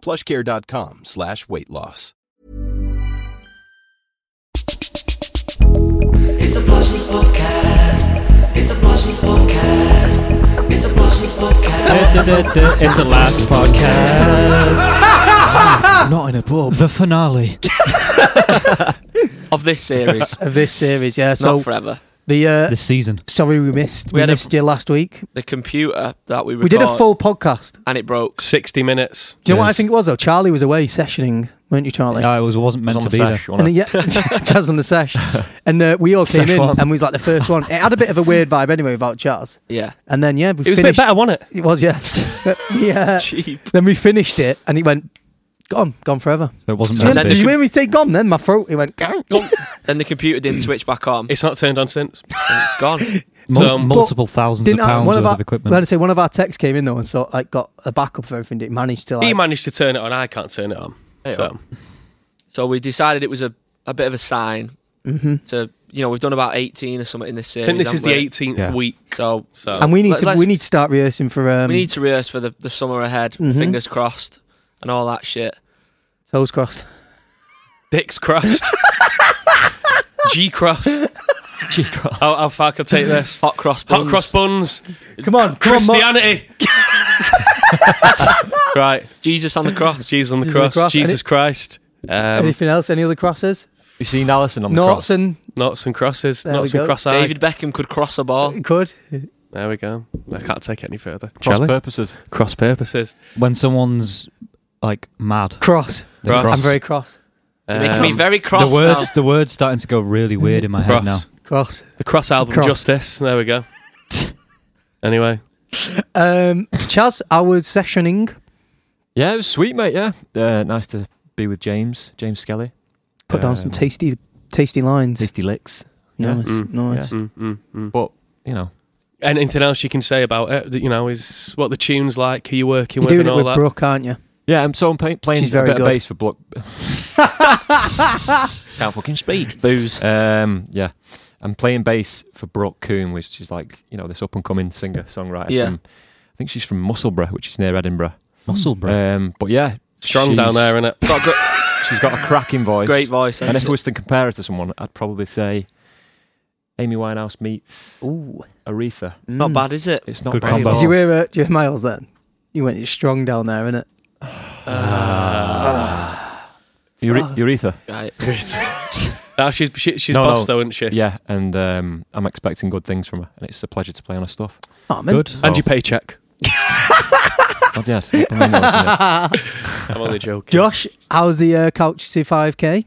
Plushcare.com slash weight loss. It's a Plush League podcast. It's a Plush League podcast. It's a Plush League podcast. It's the last podcast. Not in a pub. The finale. of this series, Of this series, yeah. not So forever. the uh, This season. sorry we missed. We, had a- missed you last week. The computer that we We did a record- full podcast. and it broke. 60 minutes. Do you know what I Yes. think it was though? Charlie was away sessioning, weren't you, Charlie? I was, wasn't meant on to the be sash, there. And wasn't then, it? yeah, Chaz on the sesh, and uh, we all came Sesh in, one. and we was like the first one. It had a bit of a weird vibe anyway without Chaz, Yeah, and then yeah, we It was a bit finished. better, wasn't it? It was yeah, yeah. cheap. Then we finished it, and it went gone, gone forever. So it wasn't So meant then to Did be. you hear me say gone? Then my throat it went. Gang. Then the computer didn't switch back on. It's not turned on since. and it's gone. Mul- So- multiple thousands of Didn't I, pounds one worth of of, our, equipment. Like I say, one of our techs came in though, and so like got a backup for everything. It managed to like. He managed to turn it on. I can't turn it on. So, So we decided it was a, a bit of a sign to you know we've done about eighteen or something in this I series. think this is the haven't we? 18th Yeah. week. So So and we need Let- to let's- we need to start rehearsing for um, we need to rehearse for the, the summer ahead. Mhm. Fingers crossed and all that shit. toes crossed. dicks crossed. G cross. G cross. How, how far could I take this? Hot cross Hot buns. cross buns. Come on, come on, Mark. Christianity. right. Jesus on the cross. Jesus on the Jesus on the cross. cross. Jesus Any- Christ. Um, Anything else? Any other crosses? You seen Allison on the cross? Norton knots and crosses. There knots we and go. cross eyed. David Beckham could cross a ball. could. There we go. I can't take it any further. Cross Shall we? purposes. cross purposes. when someone's like mad. Cross. they Cross. cross. I'm very cross. It makes Um, me very the cross now. words the words starting to go really weird in my head cross. now. Cross. The cross album Cross. Justice. There we go. anyway, Um, Chaz, I was sessioning. Yeah, it was sweet, mate. Yeah, uh, nice to be with James, James Skelly. Put down some Um, tasty, tasty lines. tasty licks. yeah. Nice, Mm, nice. Mm, mm, mm. But you know, Anything else you can say about it? that, You know, is what the tune's like, who you're working You're with, doing and it all with that. Brooke, aren't you? yeah. I'm so I'm pay- playing She's a very bit good. of bass for Block. Can't fucking speak. Booze. Um, yeah, I'm playing bass for Brooke Coombe, which is like you know this up and coming singer songwriter. Yeah. From, I think she's from Musselburgh, which is near Edinburgh. Muscle bro. Um, but yeah, Strong she's- down there, innit? Got a gr- She's got a cracking voice. great voice. And if hasn't I she? was to compare it to someone, I'd probably say Amy Winehouse meets Ooh, Aretha. Mm. not bad, is it? It's not Good bad combo. at Did all. you hear, uh, did you hear Miles then? You went strong down there, innit? Ure- Uretha. Right. No, Ah, she's she, she's No, boss no. though, isn't she? Yeah, and um, I'm expecting good things from her, and it's a pleasure to play on her stuff. Oh, man. Good. And your paycheck. Not yet. Nothing wrong with us, I'm only joking. Josh, how's the uh, couch to 5K?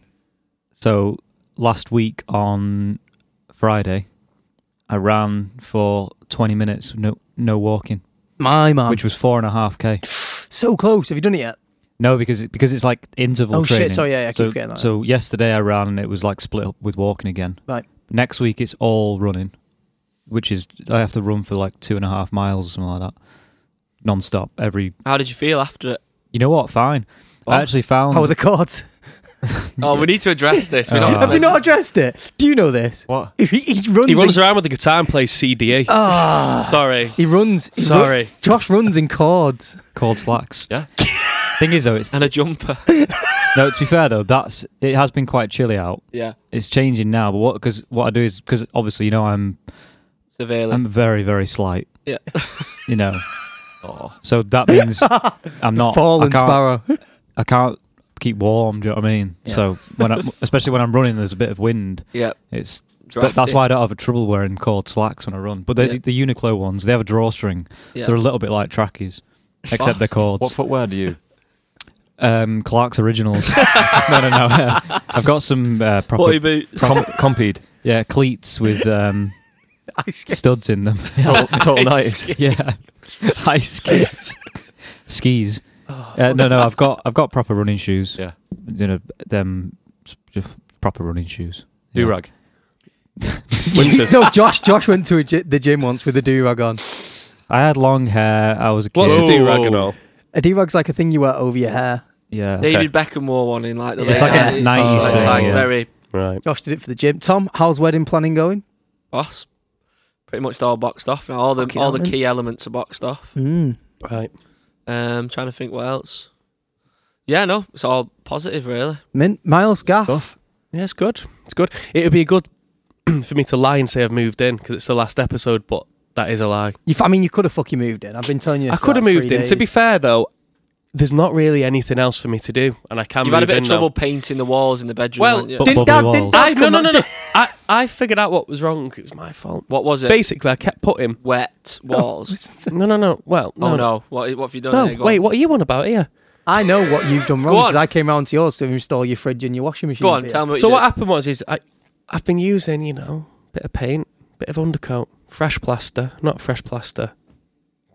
So last week on Friday, I ran for twenty minutes, no no walking, My man. which was four and a half k. so close. Have you done it yet? No, because it, because it's like interval Oh, shit. training. Sorry, yeah, yeah, I keep so, forgetting that. So yesterday I ran and it was like split up with walking again. Right. Next week it's all running, which is I have to run for like two and a half miles or something like that, non-stop every. How did you feel after it? You know what? Fine. Oh. I actually found. How are the cords? Oh, we need to address this. We Uh, don't Oh. Have you not addressed it? Do you know this? What? He, he runs. He runs in, around with the guitar and plays CDA. Ah. Sorry. He runs. he run- Sorry. Josh runs in chords. Called slacks. Yeah. Thing is though, it's And a jumper. no. To be fair though, that's it has been quite chilly out. yeah, It's changing now, but what because what I do is because obviously you know I'm severely. I'm very very slight. Yeah. You know. Oh. So that means I'm not I Fallen can't- sparrow. I can't keep warm. Do you know what I mean? So when I, especially when I'm running, there's a bit of wind. yeah, It's that, Drafty. that's why I don't have a trouble wearing cord slacks when I run. But they, Yeah. the Uniqlo ones, they have a drawstring, Yeah. so they're a little bit like trackies, except they're cords. What footwear do you? um, Clark's originals. no, no, no. yeah. I've got some uh, proper, boy boots. Com- compede. yeah, cleats with um, Ice skates. studs in them. Total night. yeah, ice skates, skis. Oh, Uh, no, no, I've got I've got proper running shoes. Yeah. you know them s- just proper running shoes. Do Yeah. rag. Winters. no, Josh. Josh went to a gy- the gym once with a do rag on. I had long hair. I was a kid. What's a Oh. do rag and Whoa. all? A do rag's like a thing you wear over your hair. Yeah. David Beckham wore one in like the It's late like a 90s. 90s It's thing, like yeah. very Right. Josh did it for the gym. Tom, how's wedding planning going? boss. Pretty much all boxed off now. All the Fucking all hell, the man. key elements are boxed off. Mm. Right. Um, trying to think what else. Yeah, no, it's all positive really. Mint Miles Gaff. Stuff. Yeah, it's good. It's good. It would be good for me to lie and say I've moved in because it's the last episode, but that is a lie. You, f- I mean, you could have fucking moved in. I've been telling you. I for could have like moved three in. To be days. fair, though, there's not really anything else for me to do, and I can You've move had a bit in, of though. trouble painting the walls in the bedroom. Well, haven't you? Bu- bubbly Didn't Dad? walls. Didn't I, Dad no, come no, on- no, no. I, I figured out what was wrong. It was my fault. what was it? Basically, I kept putting. Wet walls. No, no, no. Well, no. oh no, what what have you done? No, there? Go wait, on. what are you on about here? I know what you've done wrong on. because I came round to yours to install your fridge and your washing machine. Go for on, you. tell me. What So you what did. happened was is I, I've been using, you know, bit of paint, bit of undercoat, fresh plaster, not fresh plaster.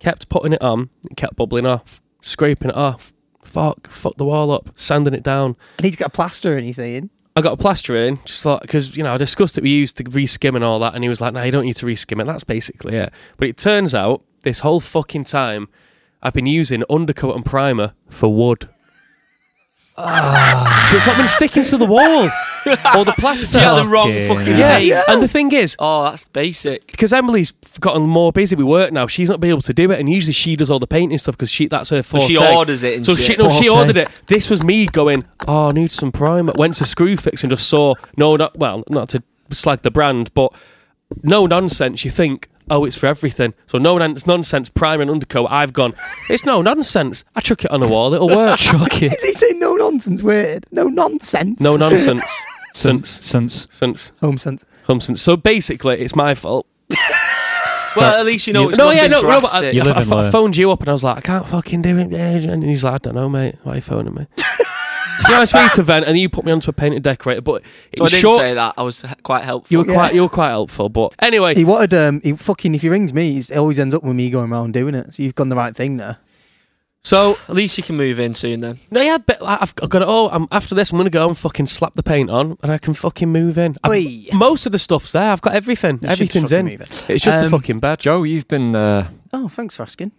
Kept putting it on, it kept bubbling off, scraping it off. Fuck, fuck the wall up, sanding it down. And he's got a plaster and he's saying, I got a plaster in, just thought because you know I discussed that we used to reskim and all that, and he was like, "No, you don't need to reskim it. That's basically it." But it turns out this whole fucking time, I've been using undercoat and primer for wood. so it's not been sticking to the wall or the plaster. Yeah, the wrong Fucking fucking hell. Yeah, paint. and the thing is, Oh, that's basic. because Emily's gotten more busy with work now, she's not been able to do it, and usually she does all the painting stuff because she that's her But forte. she orders it. And So shit. she, no, she Forte. ordered it. This was me going, oh, I need some primer. Went to Screwfix and just saw, no, not, well, not to slag the brand, but no nonsense. You think, oh, it's for everything. So no non- nonsense primer and undercoat. I've gone, it's no nonsense. I chuck it on the wall. It'll work. chuck it. "Is he saying no nonsense? Weird, no nonsense. No nonsense. since Sense. since Sense. home sense. Hum sense. So basically, it's my fault. well, at least you know You- it's no, nothing yeah, no, uh, no, but I, drastic. You I- live I- and I learn. phoned you up and I was like, I can't fucking do it. yeah." And he's like, I don't know, mate. Why are you phoning me? so I speak to Vent and you put me onto a painted decorator, but it so I was didn't short. say that. I was h- quite helpful. You were Yeah. quite, you were quite helpful, but anyway, He wanted um. He fucking if he rings me, he's- it always ends up with me going around doing it. So you've done the right thing there. so at least you can move in soon then. no, yeah, but like, I've I've got it all. I'm, after this, I'm gonna go and fucking slap the paint on, and I can fucking move in. I've- Oi. Most of the stuff's there. I've got everything. You should Everything's fucking in. move it. It's just Um, the fucking bed. Joe, you've been. Uh, Oh, thanks for asking.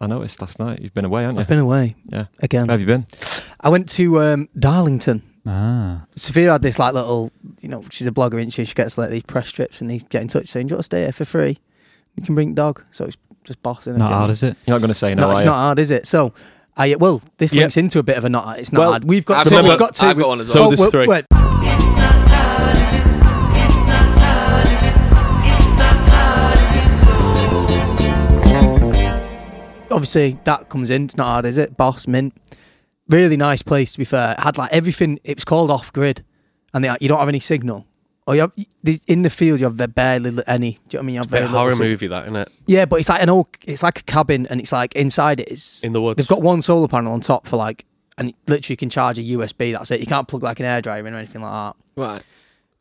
I noticed last night you've been away, haven't you? I've been away. Yeah. Again, Where have you been? I went to um, Darlington. ah Sophia had this like little, you know, she's a blogger, isn't she? She gets like these press trips, and they get in touch saying, "Do you want to stay here for free? You can bring dog." So it's just boss. innit? not hard is it? You're not going to say no, no, it's are not hard, is it? So, I well, this Yep. links into a bit of a not. It's not Well, hard. We've got I've two. got We've one- got two. I've got we- one as well. So oh, there's well, three. well, obviously, that comes in. It's not hard, is it? Boss Mint, really nice place to be fair. It had like everything. It was called off grid, and they, you don't have any signal. Or you have, the- in the field, you have ve- barely li- any. Do you know what I mean? You have It's a bit very little horror sig- movie, that isn't it? Yeah, but it's like an old. It's like a cabin, and it's like inside it is In the woods. They've got one solar panel on top for like, and it literally can charge a USB. That's it. You can't plug like an air dryer in or anything like Right. that.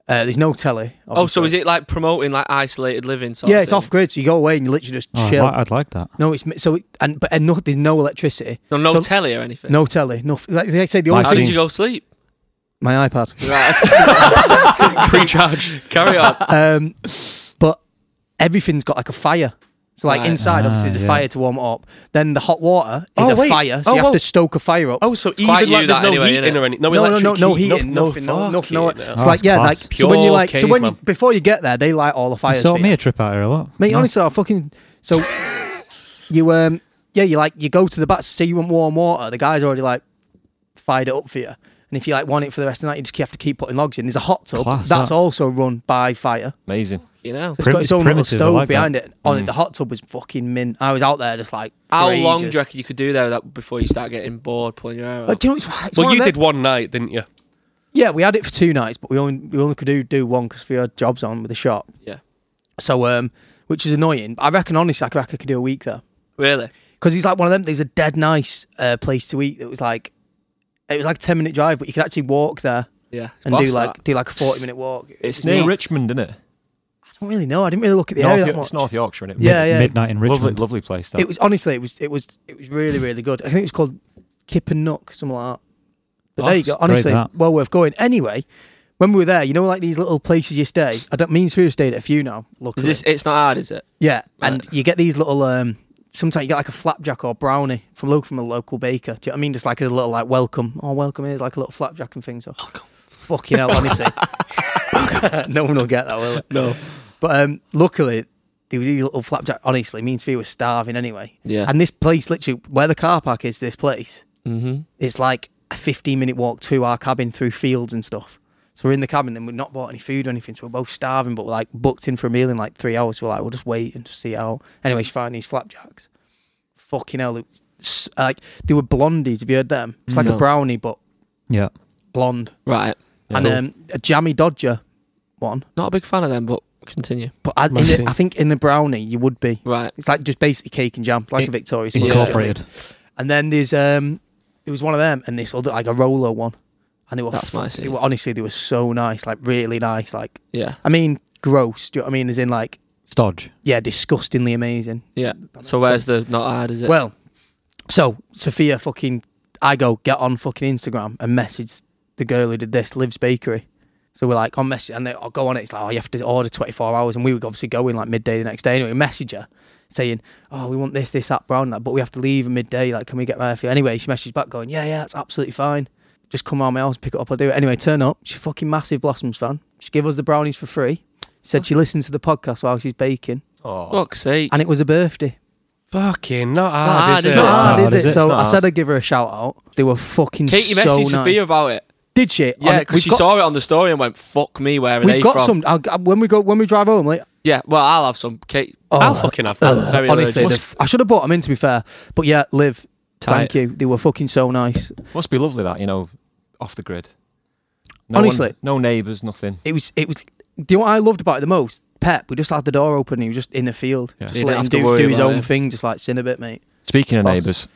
Uh, there's no telly. Oh, so obviously. is it like promoting like isolated living? Sort Yeah, of it's thing? off grid, so you go away and you literally just Oh, I'd, chill. li- I'd like that. no, it's mi- so it, and but and no, there's no electricity, No, no So- telly or anything. no telly, no. Like they say, the My only How I've did seen- you go sleep? my iPad. Right. Pre-charged. Carry on. Um, but everything's got like a fire. So like Right. inside, obviously, Ah, there's a yeah. fire to warm it up. Then the hot water is Oh, a wait. fire, so Oh, you have well- to stoke a fire up. Oh, so quite even you, like there's that no anyway, heat in innit? or anything. No, no, no, electric no, no heat, heating, nothing, no, nothing. No, fucking it's hell. Oh, like yeah, that's like class. so when you Pure like so when you, caveman. before you get there, they light all the You fires. sort for me you. a trip out here a lot. Mate, Nice. honestly, I fucking so you um yeah, you like you go to the back. Say you want warm water, the guy's already like fired it up for you. And if you like want it for the rest of the night, you just have to keep putting logs in. There's a hot tub Class, that's that. also run by fire. Amazing. You know. It's Prim- got its it's own little primitive, I stove like that. behind it. On it, Mm. the hot tub was fucking mint. I was out there just like How for long do ages. you reckon you could do there that before you start getting bored pulling your hair But out? do you know it's, it's Well, one you of them- did one night, didn't you? Yeah, we had it for two nights, but we only we only could do, do one because we had jobs on with the shop. Yeah. So um, which is annoying. I reckon honestly, I reckon I could do a week there. Really? because he's like one of them. There's a dead nice uh, place to eat that was like it was like a ten minute drive, but you could actually walk there Yeah. and do like do like a forty minute walk. It's near Richmond, isn't it? I don't really know. I didn't really look at the North area that Yo- much. it's North Yorkshire, isn't it? Yeah, yeah. Midnight in Lovely, Richmond. lovely place. That. It was honestly, it was it was it was really really good. I think it was called Kip and Nook, something like that. But Oh, there you go. great, Honestly, that. well worth going. Anyway, when we were there, you know, like these little places you stay. I don't mean to have stayed at a few now. Look, Is this, it's not hard, is it? yeah, and you get these little. um Sometimes you get like a flapjack or brownie from local from a local baker. Do you know what I mean? Just like a little like welcome. Oh, welcome here's like a little flapjack and things. So, fucking hell, honestly, no one will get that, will it? No. But um, luckily, there was these little flapjack. Honestly, me and Sophia were starving anyway. Yeah. And this place, literally, where the car park is, this place, Mm-hmm. it's like a 15 minute walk to our cabin through fields and stuff. So we're in the cabin and we've not bought any food or anything. So we're both starving, but we're like booked in for a meal in like three hours. So we're like, we'll just wait and just see how. Anyway, she found these flapjacks. Fucking hell. It was, s- like, they were blondies. Have you heard them? It's like a No. brownie, but Yeah. blonde. Right. And um, a jammy Dodger one. Not a big fan of them, but continue. But I, in Must the, see. I think in the brownie, you would be. Right. It's like just basically cake and jam, like a Victoria's Secret. Incorporated. And then there's um, there was one of them, and this other like a roller one, and they were That's my they scene. were honestly they were so nice, like really nice, like Yeah. I mean gross. Do you know what I mean? As in like Stodge. yeah, disgustingly amazing. Yeah. So where's the not hard, is it? Well, so Sophia fucking, I go get on fucking Instagram and message the girl who did this, Liv's Bakery. So we're like on message, and they, I'll go on it. It's like, oh, you have to order 24 hours. And we would obviously go in like midday the next day. Anyway, message her saying, oh, we want this, this, that, brown, that, but we have to leave at midday. Like, can we get there for you? Anyway, she messaged back going, yeah, yeah, that's absolutely fine. Just come around my house, pick it up, I'll do it. Anyway, turn up. She's a fucking massive Blossoms fan. She gave us the brownies for free. Said she listened to the podcast while she's baking, Oh, Fuck's sake. and it was a birthday. Fucking not hard, is hard, is it? it? Not hard, hard, is is it? it? So It's not I said hard. I'd give her a shout out. They were fucking Katie so messaged nice. Sophia about it. Did she? Yeah, On- because we've she got- saw it on the story and went, "Fuck me, where are they We've got from?" some. I'll, when we go, when we drive home, like Yeah, well, I'll have some. Kate, oh, I'll fucking have that. I'm very honestly, allergic. the f- I should have bought them in. To be fair, but yeah, live. Thank Tight. you. They were fucking so nice. must be lovely that you know, off the grid. No Honestly. one, no neighbours, nothing. It was. It was. Do you know what I loved about it the most? Pep, we just had the door open. and He was just in the field. Yeah. Just You let didn't him have to do, worry do his about own it. thing. Just like sin a bit, mate. Speaking of Boss. neighbours,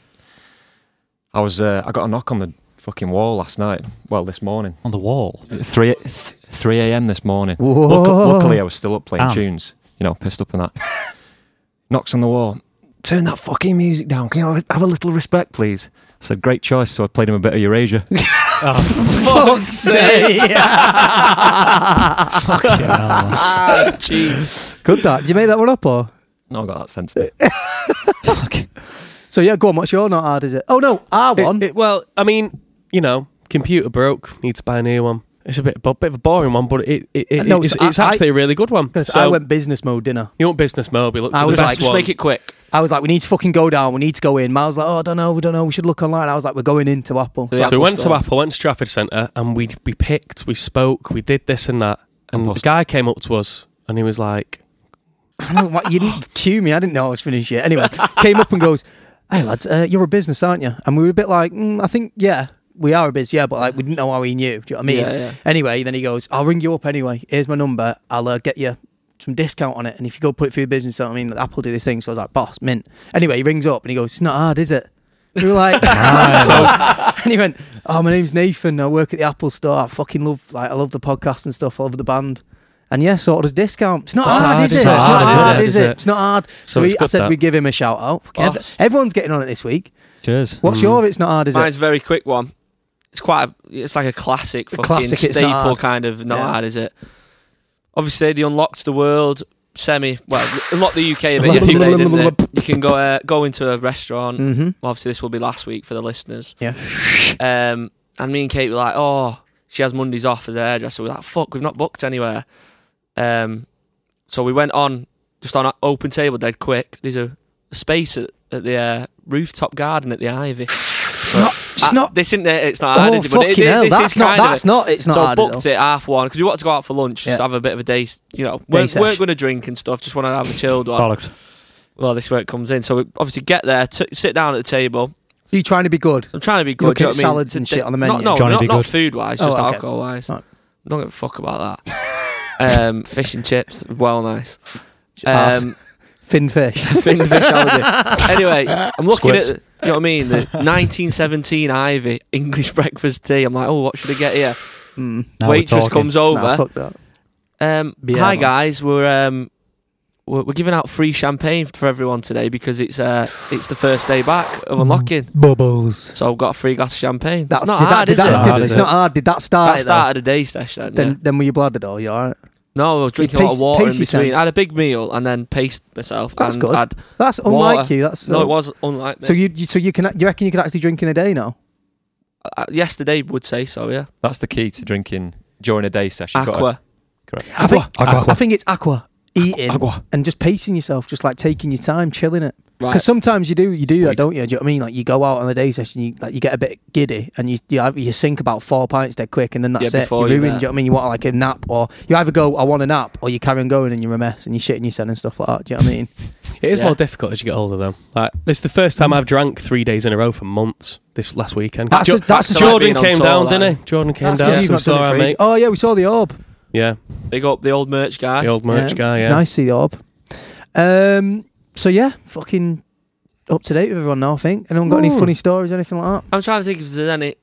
I was uh, I got a knock on the fucking wall last night. Well, this morning, On the wall. At three th- three a.m. this morning. Whoa. Luck- luckily, I was still up playing Damn. tunes. You know, pissed up and that. Knocks on the wall. Turn that fucking music down. Can you have a- have a little respect, please? I said, great choice. So I played him a bit of Eurasia. Ah. Fuck's sake! jeez. Good that. Did you make that one up or? no, I got that sense. of it. So yeah, go on. What's your not hard? Is it? Oh no, R It- one. it- well, I mean, you know, computer broke. Need to buy a new one. It's a bit, bu- bit of a boring one, but it, it, it No, it's, so I- it's actually a really good one. So I went business mode dinner. you want business mode? We looked I at the was best like, Just one. make it quick. I was like, we need to fucking go down. We need to go in. Miles was like, oh, I don't know, we don't know. We should look online. I was like, we're going into Apple. Yeah. So, so we went to Store. Apple, went to Trafford Centre, and we we picked, we spoke, we did this and that, and the Compost. guy came up to us and he was like, I don't know why you didn't cue me. I didn't know I was finished yet. Anyway, came up and goes, hey lads, uh, you're a business, aren't you? And we were a bit like, mm, I think yeah, we are a biz, yeah, but like we didn't know how he knew. Do you know what I mean? Yeah, yeah. Anyway, then he goes, I'll ring you up anyway. Here's my number. I'll uh, get you some discount on it. And if you go put it through your business, you know what I mean, Apple do this thing. So I was like, boss, mint. Anyway, he rings up and he goes, it's not hard, is it? We were like, So- and he went, oh, my name's Nathan. I work at the Apple store. I fucking love, like, I love the podcast and stuff. I love the band. And yeah, sort of does discount. It's not It's not hard, hard, is it? It's not is it? It's not hard, is it? It's not hard. So So we, it's I good said that. we'd give him a shout out. Fucking ev- Boss. everyone's getting on it this week. Cheers. Mm. What's your? It's not hard, is it? Mine's a very quick one. It's quite. A, it's like a classic, fucking classic, it's not staple hard. kind of. Not Yeah. hard, is it? Obviously, they unlocked the world semi. Well, unlocked the UK a Lop- bit yesterday, lop- didn't lop- they? You can go uh, go into a restaurant. Mm-hmm. Well, obviously, this will be last week for the listeners. Yeah. Um, and me and Kate were like, "Oh, she has Mondays off as a hairdresser." We're like, "Fuck, we've not booked anywhere." Um, so we went on just on a open table, dead quick. There's a, a space at, at the uh, rooftop garden at the Ivy. It's not. It's Uh, not. this isn't it. It's not. hard, Oh is it? But it- fucking it- hell! this That's is not. kind of That's it. not. It's not so hard. at all. booked it half one because we wanted to go out for lunch, just Yeah. have a bit of a day. You know, we're, sesh. we're going to drink and stuff. Just want to have a chilled one. Bollocks. Well, this is where it comes in. So we obviously get there, t- sit down at the table. Are you trying to be good? I'm trying to be good. looking do you know at what I mean? It's salads a and di- shit on the Not, menu. no, Trying to not, be not good. food wise, Oh, just okay. alcohol wise. Right. Don't give a fuck about that. um, fish and chips, well nice. Arse. Um, Fin fish. fin fish allergy. Anyway, I'm looking Squids. at. You know what I mean? The 1917 Ivy English breakfast tea. I'm like, oh, what should I get here? Mm. Now we're Waitress talking. comes over. Nah, fuck that. Um, Beer, hi man. guys, we're um, we're, we're giving out free champagne for everyone today because it's uh it's the first day back Mm, of unlocking. Bubbles. So I've got a free glass of champagne. That's That's not did hard, that, is did it? that, did- Hard, it's is not it? hard. Did that start? That it, though? started a day sesh then. Then, yeah. then were you blooded or you alright? No, I was drinking a lot pace- of water in pace yourself. between. I had a big meal and then paced myself. Oh, That's and good. Had, That's Water. unlike you. That's no, it was unlike me. So you, you so you can you reckon you could actually drink in a day now? Uh, yesterday would say so, yeah. That's the key to drinking during a day session. You've got to- Aqua. I think, Aqua. I think it's aqua eating Aqua. and just pacing yourself, just like taking your time, chilling it. Because Right. sometimes you do you do that, Wait. don't you? Do you know what I mean? Like you go out on a day session, you like you get a bit giddy, and you you, have, you sink about four pints dead quick, and then that's Yeah, it. You're before you're ruined. Do you know there. what I mean? You want like a nap, or you either go I want a nap, or you carry on going and you're a mess and you're shitting yourself and stuff like that. Do you know what I mean? It is Yeah. more difficult as you get older, though. Like, it's the first time I've drank three days in a row for months. This last weekend, 'Cause Mm. That's a- that's So a- like Jordan being on came tour, down, like, didn't he? Jordan came That's down. good, so you've we not saw done it our for ages. mate. Oh yeah, we saw the orb. Yeah, Big up the old merch guy. the old merch Ah, Yeah. guy. Yeah, Nice to see the orb. Um, so yeah, fucking up to date with everyone now. I think. Anyone got any Ooh. funny stories, anything like that? I'm trying to think if there's any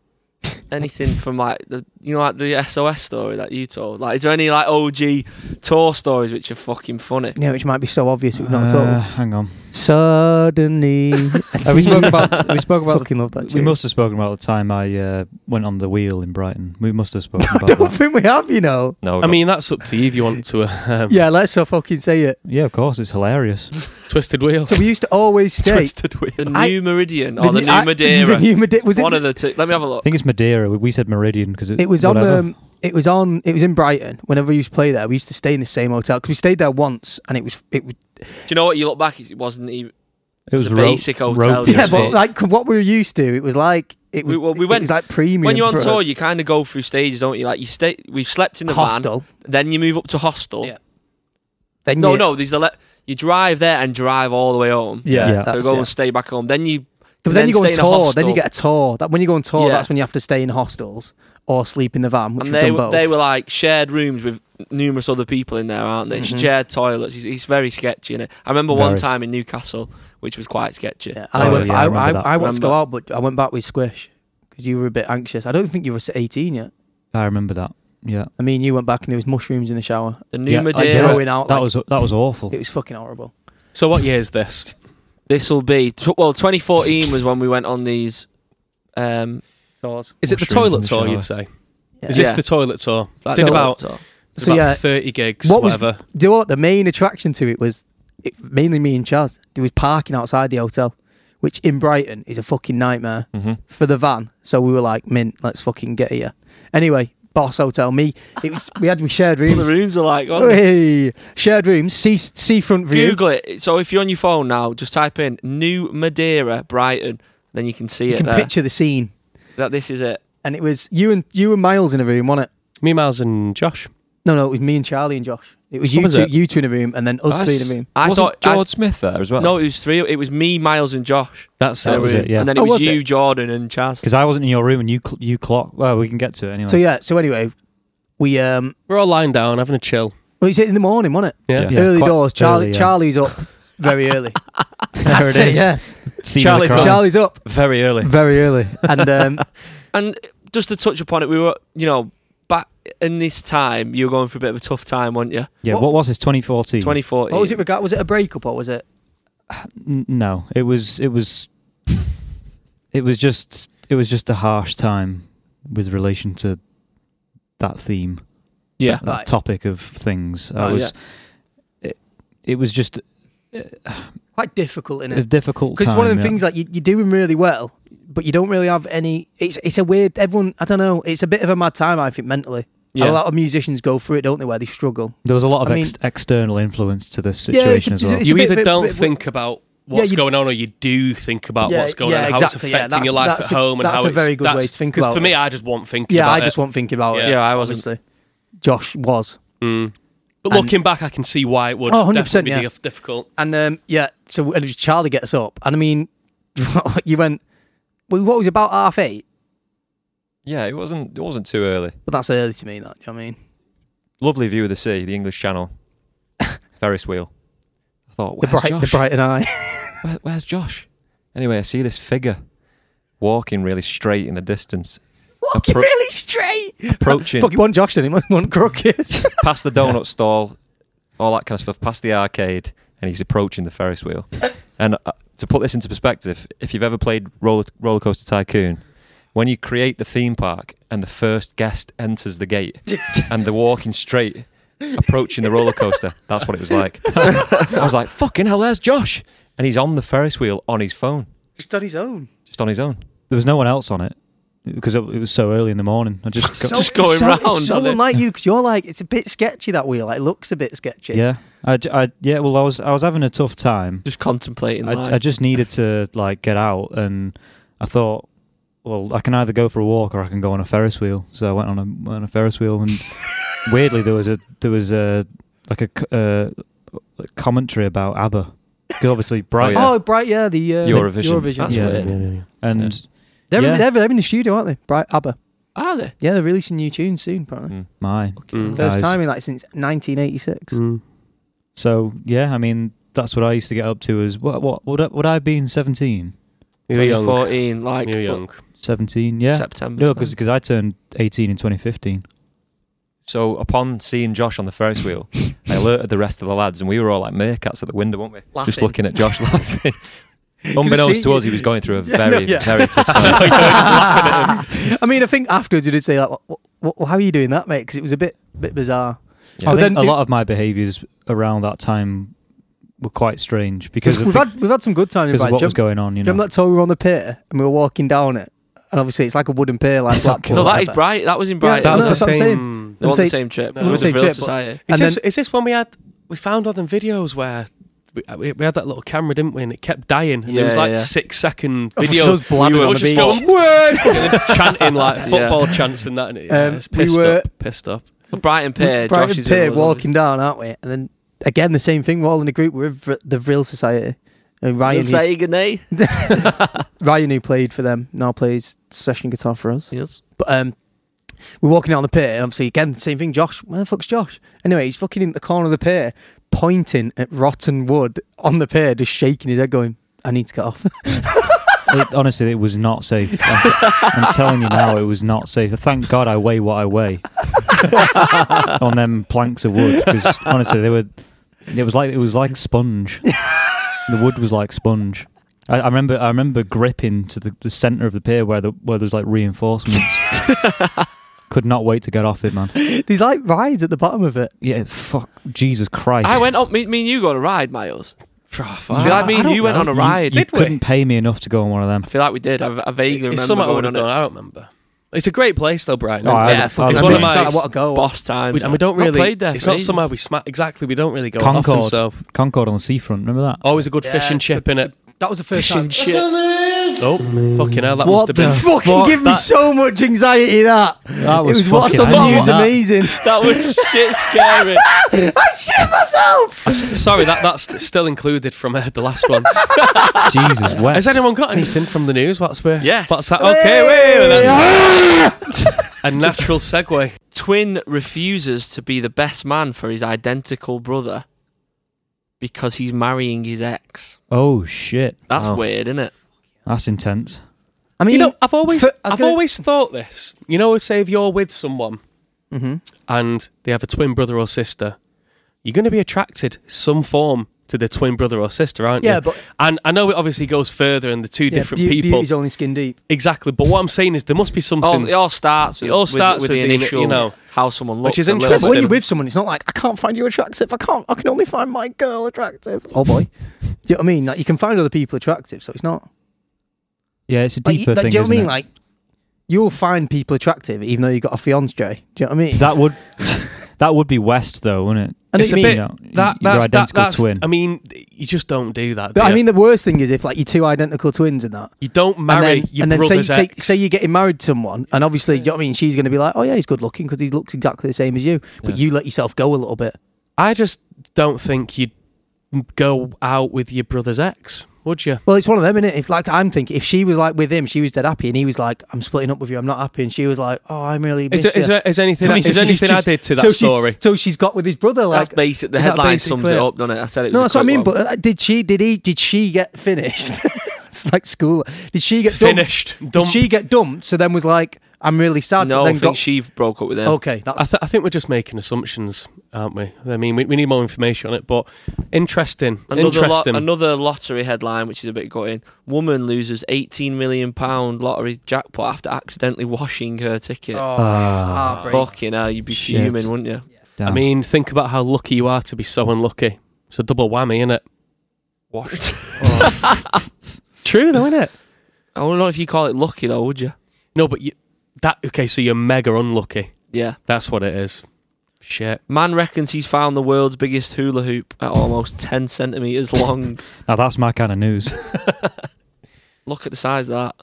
anything from like the you know like the SOS story that you told. Like, is there any like OG tour stories which are fucking funny? Yeah, which might be so obvious we've not Uh, told. hang on. Suddenly, I Uh, we see- spoke about. We spoke about. fucking love that. we tune. must have spoken about the time I uh, went on the wheel in Brighton. We must have spoken I about don't that. think we have, you know. No, I mean, that's up to you if you want to. uh, Um, Yeah, let's so fucking say it. Yeah, of course, it's hilarious. twisted wheel. So we used to always stay. twisted The wheel. New I- Meridian or Oh, the, New I- Madeira. The new Madeira was it? One of the two. Let me have a I look. think it's Madeira. We- We said Meridian because it, it was whatever. on. Um, it was on. It was in Brighton. Whenever we used to play there, we used to stay in the same hotel because we stayed there once, and it was it was Do you know what? You look back, it wasn't even. it was the ro- basic road hotel, trip. yeah, just but fuck. like what we were used to, it was like it We- was. well, we it went- was like premium. When you're on for tour, us. you kind of go through stages, don't you? Like you stay, we've slept in the van, hostel. then you move up to hostel. Yeah. Then No, you, no, there's a le- you drive there and drive all the way home. yeah, Yeah. So that's go it. and stay back home. Then you But then, you go then on stay in a tour. Then you hostel. get a tour. That when you go on tour, Yeah. that's when you have to stay in hostels or sleep in the van, which and we've they done were, both. they were like shared rooms with numerous other people in there, aren't they? Mhm. Shared toilets. It's, it's very sketchy. Innit? I remember one Very. time in Newcastle, which was quite sketchy. Yeah, I, Oh, went, yeah, I I, remember I, that. I, wanted to go Remember. out, but I went back with Squish because you were a bit anxious. I don't think you were 18 yet. I remember that. Yeah, I mean, you went back and there was mushrooms in the shower. The New Yeah, I Madeira. do Going out, that like- was that was awful. Oh, It was fucking horrible. So what year is this? This will be tw- well. 2014 was when we went on these. Um, Tours. Is it the Mushrooms in toilet the tour? shower. You'd say. Yeah. Is Yeah. this the toilet tour? like Did tour- about- tour. It's So, about yeah, thirty gigs. what was- whatever. Do you know what? The main attraction to it was it, mainly me and Chaz. There was parking outside the hotel, which in Brighton is a fucking nightmare hmm for the van. So we were like, mint, let's fucking get here. Anyway, boss hotel, me. It was we had we shared the rooms. rooms are like. aren't they? Hey, shared rooms, sea seafront view. Google it. So if you're on your phone now, just type in New Madeira Brighton, then you can see You it. can there. picture the scene. that this is it. and it was you and you and Miles in a room, wasn't it? Me, Miles, and Josh. No, no, it was me and Charlie and Josh. It was What you was two, it? you two in a room, and then us Us? three in a room. I Wasn't thought I- George Smith there as well? no, it was three. It was me, Miles, and Josh. That's That it. was it. Yeah, And then it Oh, was, was you, Jordan, and Chaz. because I wasn't in your room and you cl- you clock. Well, we can get to it anyway. So yeah, so anyway, we um, We're all lying down, having a chill. well, it's in the morning, wasn't it? Yeah. Yeah. early quite doors. Charlie, early, yeah. Charlie's up very early. There it So, is. Yeah, Scene of Charlie's- the crime. Charlie's up very early. very early, and um, And just to touch upon it, we were, you know, back in this time, you were going through a bit of a tough time, weren't you? Yeah, What- what, was this? 2014. 2014. what was it? Regard was it a breakup or was it? N- no, it was it was it was just it was just a harsh time with relation to that theme, Yeah. that Right. topic of things. I Oh, was it, it was just uh, Quite difficult in a it difficult time. because it's one of the yeah. things like you, you're doing really well, but you don't really have any. It's it's a weird. Everyone, I don't know. It's a bit of a mad time. I think mentally, Yeah. a lot of musicians go through it, don't they? Where they struggle. There was a lot of I mean- ex- external influence to this Yeah, it's situation a- as well. it's you a bit- either bit- don't bit- think about what's you- going on, or you do think about Yeah, what's going yeah, on, and exactly, yeah, how it's affecting your that's- life at that's a- home, and that's how a it's very good way that's- to think 'cause about for it. me, I just won't thinking. Yeah, about I it. just wasn't thinking about it. Yeah, I wasn't. obviously. Josh was. Mm. But And- looking back, I can see why it would Oh, 100%, definitely be yeah. dif- difficult. And um, yeah, so and Charlie gets up. And I mean, you went, well, what was about half eight? Yeah, it wasn't. It wasn't too early. But that's early to me, that, you know what I mean? Lovely view of the sea, the English Channel, Ferris wheel. I thought, The, where's bright, the Josh? Brighton eye. Where, where's Josh? Anyway, I see this figure walking really straight in the distance, Walking Appro- really straight. approaching Fuck, you want Josh then? He want Crooked. past the donut stall. all that kind of stuff, past the arcade, and he's approaching the Ferris wheel. and uh, to put this into perspective, if you've ever played Roller, roller Coaster Tycoon, when you create the theme park and the first guest enters the gate and they're walking straight, approaching the roller coaster, that's what it was like. I was like, fucking hell, there's Josh. And he's on the Ferris wheel on his phone, Just on his own. just on his own. There was no one else on it because it, it was so early in the morning. I just got, Just going so, round, It's so isn't it? unlike you because you're like, it's a bit sketchy that wheel. Like, it looks a bit sketchy. yeah, I, j- I- yeah. Well, I was I was having a tough time. Just contemplating life. I, I just needed to like get out, and I thought, well, I can either go for a walk or I can go on a Ferris wheel. So I went on a went on a Ferris wheel, and weirdly there was a there was a like a c- uh, commentary about ABBA. 'Cause obviously Bright, yeah. Oh, bright, yeah, the uh, Eurovision. Eurovision. That's Yeah. weird. and They're, Yeah. they're, they're in the studio, aren't they? Bright ABBA. Are they? Yeah, they're releasing new tunes soon, apparently. Mm. my Mm. First Guys. time in like since 1986. Mm. So yeah, I mean that's what I used to get up to. Is what what would I, would I have been 17? You're young. 2014, like You're but young. 17, yeah. September. No, time. because I turned 18 in 2015. So upon seeing Josh on the Ferris wheel, I alerted the rest of the lads, and we were all like meerkats at the window, weren't we? Just Laughing. looking at Josh laughing. You Unbeknownst see- to us, he was going through a Yeah, very, no, yeah. very tough time. I mean, I think afterwards you did say like, "Wha- wha- wha- "How are you doing that, mate?" Because it was a bit, bit bizarre. Yeah. I But think then a the- lot of my behaviours around that time were quite strange because of, we've had we've had some good times. because Right? of Do what you was remember- going on. You do you know, remember that time we were on the pier and we were walking down it, and obviously it's like a wooden pier, like Blackpool. no, or that is whatever. bright. That was in Yeah, Brighton. that That was was the the, that's what I'm saying. same. they I'm weren't the saying- same trip. No, it it was the was the Real same trip, but- Society. Is And this, is this when we had we found all them videos where we, uh, we, we had that little camera, didn't we? And it kept dying, and it was Yeah, like yeah. six second Of videos. Oh, just blabbing We on were the just beach. going, "Way!" and then chanting like Yeah. football chants and that. And it, yeah, Um, it's we pissed were- up, pissed up. The Brighton Pier. Brighton Josh's Pier was walking down, aren't we? And then again the same thing. We're all in a group. We're with the Vril Society, and Ryan, You'll who, say goodnight. Ryan who played for them now plays session guitar for us. Yes. But um, we're walking down the pier, and obviously, again, same thing. Josh, where the fuck's Josh? Anyway, he's fucking in the corner of the pier, pointing at rotten wood on the pier, just shaking his head, going, "I need to get off." It- honestly, it was not safe. I'm, I'm telling you now, it was not safe. Thank God I weigh what I weigh on them planks of wood because honestly, they were. It was like it was like sponge. the wood was like sponge. I, I remember I remember gripping to the, the center of the pier where the where there's like reinforcements. Could not wait to get off it, man. There's like rides at the bottom of it. Yeah, fuck, Jesus Christ. I went up. Me, me and you go on a ride, Miles. Oh, fuck. I feel like me I and don't you went know. on a You- ride. You, I Did we? couldn't pay me enough to go on one of them. feel like we did. I, I vaguely It's remember something I would going have done. on it. I don't remember. It's a great place though, Brighton. Oh, I- Yeah, I- fucking It's I one of remember- my I want to go. boss times. We, and we don't Not really. played there it's for not somewhere ages. we smack. Exactly, we don't really go Concord. often. So Concord on the seafront, remember that? always a good fish Yeah, and chip in it. That was the first Fish and chip. Oh, fucking hell! That What must have been. the Fucking Fuck give me that- so much anxiety that, That it was what's on fucking- the I knew news that. amazing. That was shit scary. I shit myself. Sorry, that that's still included from uh, the last one. Jesus, wet. Has anyone got anything from the news? What's we Yes. What's that? Okay, wait. then. a natural segue. Twin refuses to be the best man for his identical brother because he's marrying his ex. oh shit, That's Wow. weird, isn't it? that's intense. I mean, You know, I've always, for- I was I've gonna- always thought this. You know, say if you're with someone Mhm. and they have a twin brother or sister, you're going to be attracted some form to the twin brother or sister, aren't you? yeah, but And I know it obviously goes further, and the two yeah, different beau- people Beauty's Oh, only skin deep. exactly. But what I'm saying is there must be All, something. it all starts. With, It all starts with, the with the- initial, you know, how someone looks, which is the little But when interesting. you're with someone, it's not like I can't find you attractive. I can't. I can only find my girl attractive. Oh boy, do you know what I mean? Like you can find other people attractive, so it's not. Yeah, it's a Like, deeper like, thing. Do you know isn't what I mean? it? Like you'll find people attractive even though you have got a fiance. Do you know what I mean? that would that would be West though, wouldn't it? I know it's what a you bit- mean. know, that, your that's, that, identical that's, twin. I mean, you just don't do that. do But I you? mean, the worst thing is if like you're two identical twins and that, you don't marry and then, your and then say, brother's say, ex. say you're getting married to someone, and obviously, do you know what I mean? She's going to be like, oh yeah, he's good looking because he looks exactly the same as you, but you let yourself go a little bit. I just don't think you'd go out with your brother's ex, would you? Well, it's one of them, innit? If like I'm thinking, if she was like with him, she was dead happy, and he was like, I'm splitting up with you, I'm not happy, and she was like, oh, I'm really. Is Miss there, you. is there, is anything, I mean, is so anything she's- added to that so she's- story? So she's got with his brother, like. that's basic. The is that headline basically sums it it? up, doesn't it? I said it was. no, a that's what I quick mean. one. But uh, did she? Did he? Did she get finished? it's like school. Did she get dumped? Finished. Did Dumped. she get dumped? So then was like, I'm really sad. no, but I then think got, she broke up with him. okay. I, That's th- I think we're just making assumptions, aren't we? I mean, we, we need more information on it, but interesting. Another, lot, interesting. another lottery headline, which is a bit gutting. Woman loses eighteen million pound lottery jackpot after accidentally washing her ticket. oh, Ah. heartbreak. Fucking hell, you'd be Shit. fuming, wouldn't you? Damn. I mean, think about how lucky you are to be so unlucky. It's a double whammy, isn't it? Washed. Oh, True, though, isn't it? I don't know if you call it lucky though, would you? No, but you, that okay. So you're mega unlucky. Yeah. That's what it is. Shit. Man reckons he's found the world's biggest hula hoop at almost ten centimeters long. now that's my kind of news. Look at the size of that.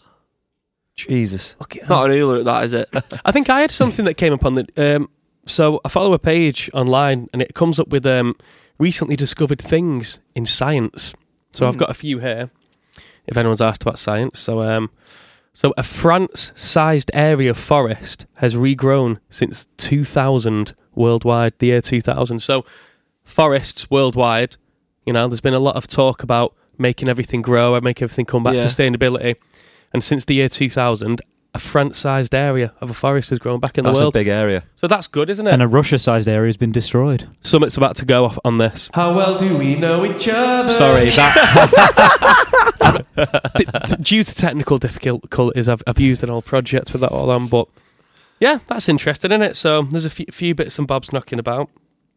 Jesus. It's Not a hula hoop, that is it? I think I had something that came upon that. Um, so I follow a page online, and it comes up with um, recently discovered things in science. So I've Hmm. got a few here. If anyone's asked about science, so um, so a France-sized area of forest has regrown since 2000 worldwide, the year 2000. So forests worldwide, you know, there's been a lot of talk about making everything grow and make everything come back Yeah. sustainability. And since the year 2000, a France-sized area of a forest has grown back in That's the a world. big area. so that's good, isn't it? and a Russia-sized area has been destroyed. Summit's about to go off on this. How well do we know each other? Sorry, that. D- d- due to technical difficulties, I've, I've used an old project with that all on, but yeah, that's interesting, isn't it? So there's a few, few bits and bobs knocking about.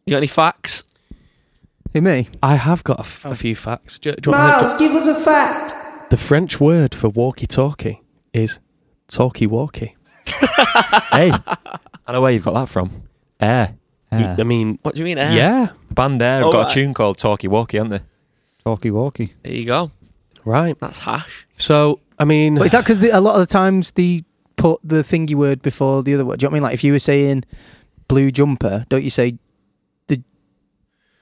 You got any facts? Hey, me. I have got a, f- a few facts. Do, you- do you want Miles, give us a fact. The French word for walkie-talkie is talkie-walkie. hey, I know where you've got that from. Air. You- Ah, I mean, What do you mean? eh? yeah, Band Air have Oh, got right. a tune called Talkie Walkie, haven't they? Talkie-walkie. There you go. right. That's hash. So I mean, But is that because a lot of the times they put the thingy word before the other word? Do you know what I mean? Like if you were saying blue jumper, don't you say the?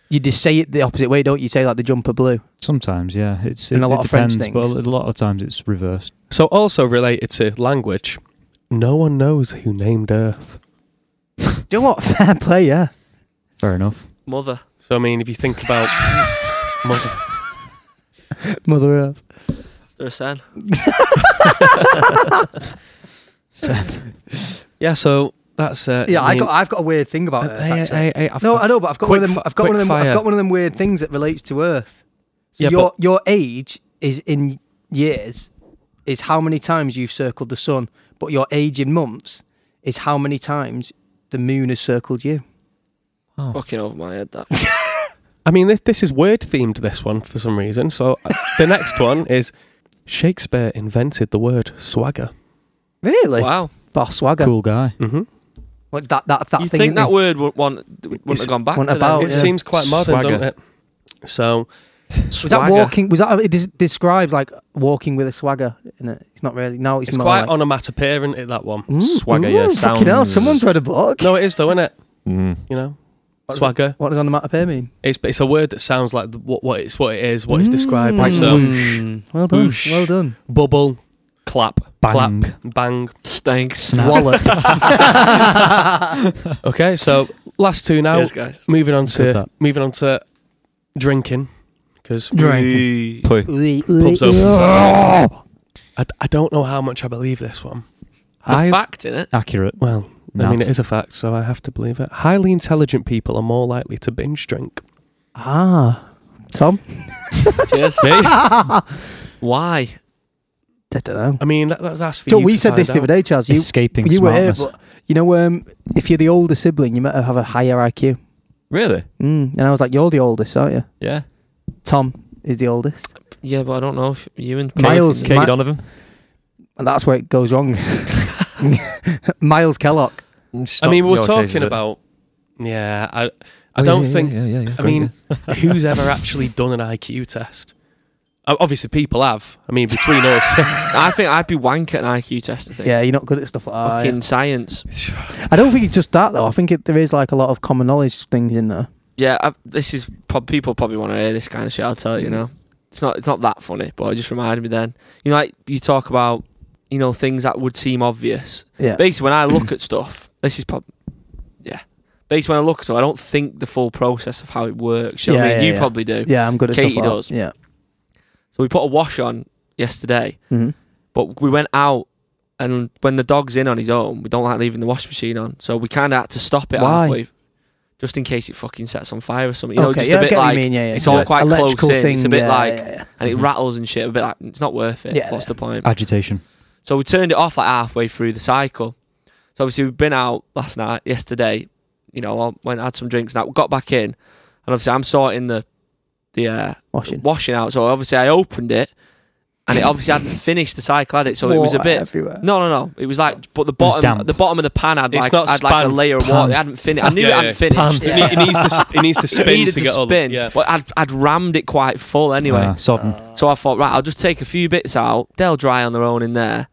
You just say it the opposite way, don't you? Say like the jumper blue. Sometimes, yeah, it's it, And a lot it of French depends, but things. a lot of times it's reversed. so also related to language, no one knows who named Earth. Do you know what? Fair play, yeah. Fair enough. Mother. So I mean, if you think about mother, Mother Earth. After a sen. yeah, so that's uh, Yeah, I mean, got. I've got a weird thing about Earth. I, actually. I, I, I've- no, Uh, I know, but I've got Quick one of fi- them. I've got one of quick them. fire. I've got one of them weird things that relates to Earth. So Yeah, your your age is in years is how many times you've circled the sun, but your age in months is how many times the moon has circled you. Fucking over my head that. I mean, this this is word themed. This one for some reason. So uh, the next one is Shakespeare invented the word swagger. Really? wow. Boss swagger. Cool guy. Mm-hmm. What, that that that you thing. think innit? that word would want, wouldn't have gone back wouldn't to about, about, Oh, it yeah. seems quite modern, Swagger. doesn't it? So Swagger. was that walking? Was that it dis- describes like walking with a swagger? In it? It's not really. No, it's, it's more quite like, onomatopoeia, isn't it? That one. Mm, Swagger, yeah, mm, Fucking hell! sounds- Someone's read a book. No, it is though, isn't it? Mm. You know, What is it? swagger. What does onomatopoeia mean? It's it's a word that sounds like the, what what it's what it is, what it's describing. Like so Mm. whoosh. Well done. Whoosh. Well done. bubble, Clap. Bang. clap, bang. Stinks. Wallet. Okay, so last two now. Yes, guys. Moving on Good to that. moving on to drinking because Drink. Poo. pubs open. I, I don't know how much I believe this one. The I- fact in it. Accurate. Well, I Not. mean it is a fact, so I have to believe it. Highly intelligent people are more likely to binge drink. Ah, Tom. Cheers. I Why? I don't know. mean that, that's that's for So you we to said find this the out. other day, Charles. You, Escaping you were here, smartness. but you know, um, if you're the older sibling, you might have a higher IQ. Really? Mm. And I was like, "You're the oldest, aren't you?" Yeah. Tom is the oldest, Yeah, but I don't know if you and Miles- Katie Ma- Donovan. and that's where it goes wrong. Miles Kellogg. It's I not mean we're your case, talking is it? about yeah, I I Oh, don't yeah, yeah, think yeah, yeah, yeah, I great, mean who's ever actually done an IQ test? O- Obviously people have. I mean between us. I think I'd be wank at an IQ test. I think. Yeah, you're not good at stuff like that. are you? Fucking science. I don't think it's just that though. I think it, there is like a lot of common knowledge things in there. Yeah, I, this is prob- people probably want to hear this kind of shit. I'll tell you, you know, it's not it's not that funny, but it just reminded me then. You know, like you talk about, you know, things that would seem obvious. Yeah. Basically, when I look at stuff, this is probably, yeah. Basically, when I look at stuff, I don't think the full process of how it works. You know what I Yeah, mean? yeah, you yeah. probably do. yeah, I'm good at Katie stuff like does. that. Yeah. So we put a wash on yesterday, Mm-hmm. but we went out. And when the dog's in on his own, we don't like leaving the washing machine on, so we kind of had to stop it Why? halfway, just in case it fucking sets on fire or something. You know, just yeah, a I bit get what like, you mean, yeah, yeah. it's all Yeah. quite close Electrical in, it's a bit like- yeah, yeah. and it Mhm. rattles and shit. A bit like it's not worth it. Yeah. What's the point? Agitation. So we turned it off like halfway through the cycle. So obviously we've been out last night, yesterday. You know, I went had some drinks. Now got back in, and obviously I'm sorting the the uh, washing. washing out. So obviously I opened it, and it obviously hadn't finished the cycle had it. So it was a Water bit. everywhere. No, no, no. It was like, but the was bottom, damp. the bottom of the pan had It's like, not had like a spun. layer of water. It hadn't finished. I knew Yeah, it yeah, hadn't yeah. finished. It, ne- it needs to. sp- It needs to It spin needed to to get all. the- spin, Yeah. but I'd, I'd rammed it quite full anyway. Ah, Uh, sodden. So I thought, right, I'll just take a few bits out. They'll dry on their own in there,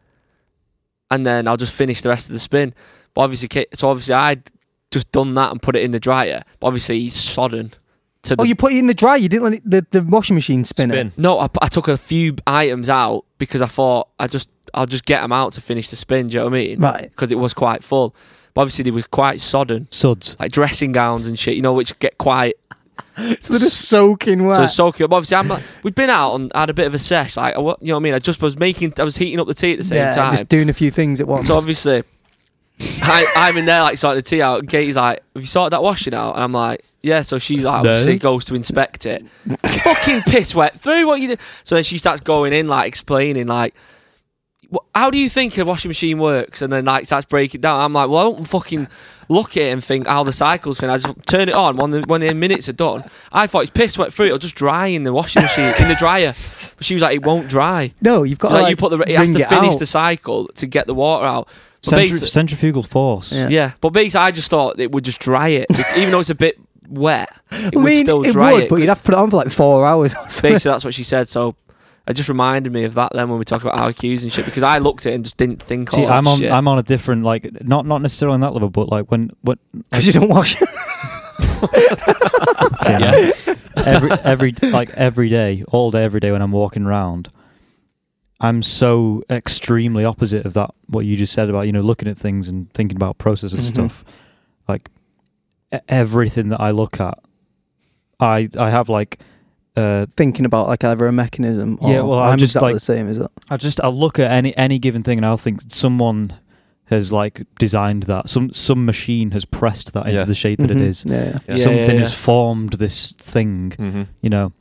and then I'll just finish the rest of the spin. But obviously, Ki- so obviously I'd just done that and put it in the dryer. But obviously he's sodden. To the Oh, you put it in the dryer. You didn't let it, the the washing machine spin, it. no, I, pu- I took a few items out because I thought I just I'll just get them out to finish the spin. Do you know what I mean? Right. Because it was quite full. But obviously they were quite sodden, Suds. like dressing gowns and shit. You know, which get quite So they're just soaking wet. So it's so cute. But obviously, I'm like, we'd been out and had a bit of a sesh. Like, I wa- you know what I mean? I just was making, I was heating up the tea at the same yeah, time. just doing a few things at once. so obviously, I, I'm in there like sorting the tea out. And Katie's like, "Have you sorted that washing out?" And I'm like, "Yeah." So she like No. obviously goes to inspect it. Fucking piss wet through what you did. So then she starts going in like explaining like. "Wh- How do you think a washing machine works? And then like starts breaking down. I'm like, well, I don't fucking look at it and think how the cycles thing. I just turn it on when the when the minutes are done. I thought it's piss wet through. It'll just dry in the washing machine in the dryer. But she was like, it won't dry. no, you've got to Like, like, you put the it has wring to it finish out. the cycle to get the water out. But Centri- basi- centrifugal force. Yeah. yeah, but basically, I just thought it would just dry it, even though it's a bit wet. It I would mean, still it dry would, it. but you'd have to put it on for like four hours. Or something. Basically, that's what she said. So it just reminded me of that then when we talk about IQs and shit because I looked at it and just didn't think. See, all I'm that on. Shit. I'm on a different like not not necessarily on that level, but like when when because you don't wash. Yeah. every every like every day, all day, every day when I'm walking around, I'm so extremely opposite of that what you just said about you know looking at things and thinking about process and Mhm. Mm-hmm. stuff. Like e- everything that I look at, I I have like uh Thinking about like either a mechanism. Or Yeah, well, I I'm just, exactly like- the same as that. I just I look at any any given thing and I'll think someone has like designed that some some machine has pressed that into Yeah. the shape that it Mhm. is. Yeah, Yeah. Something yeah, Oh, has formed this thing. hmm you know,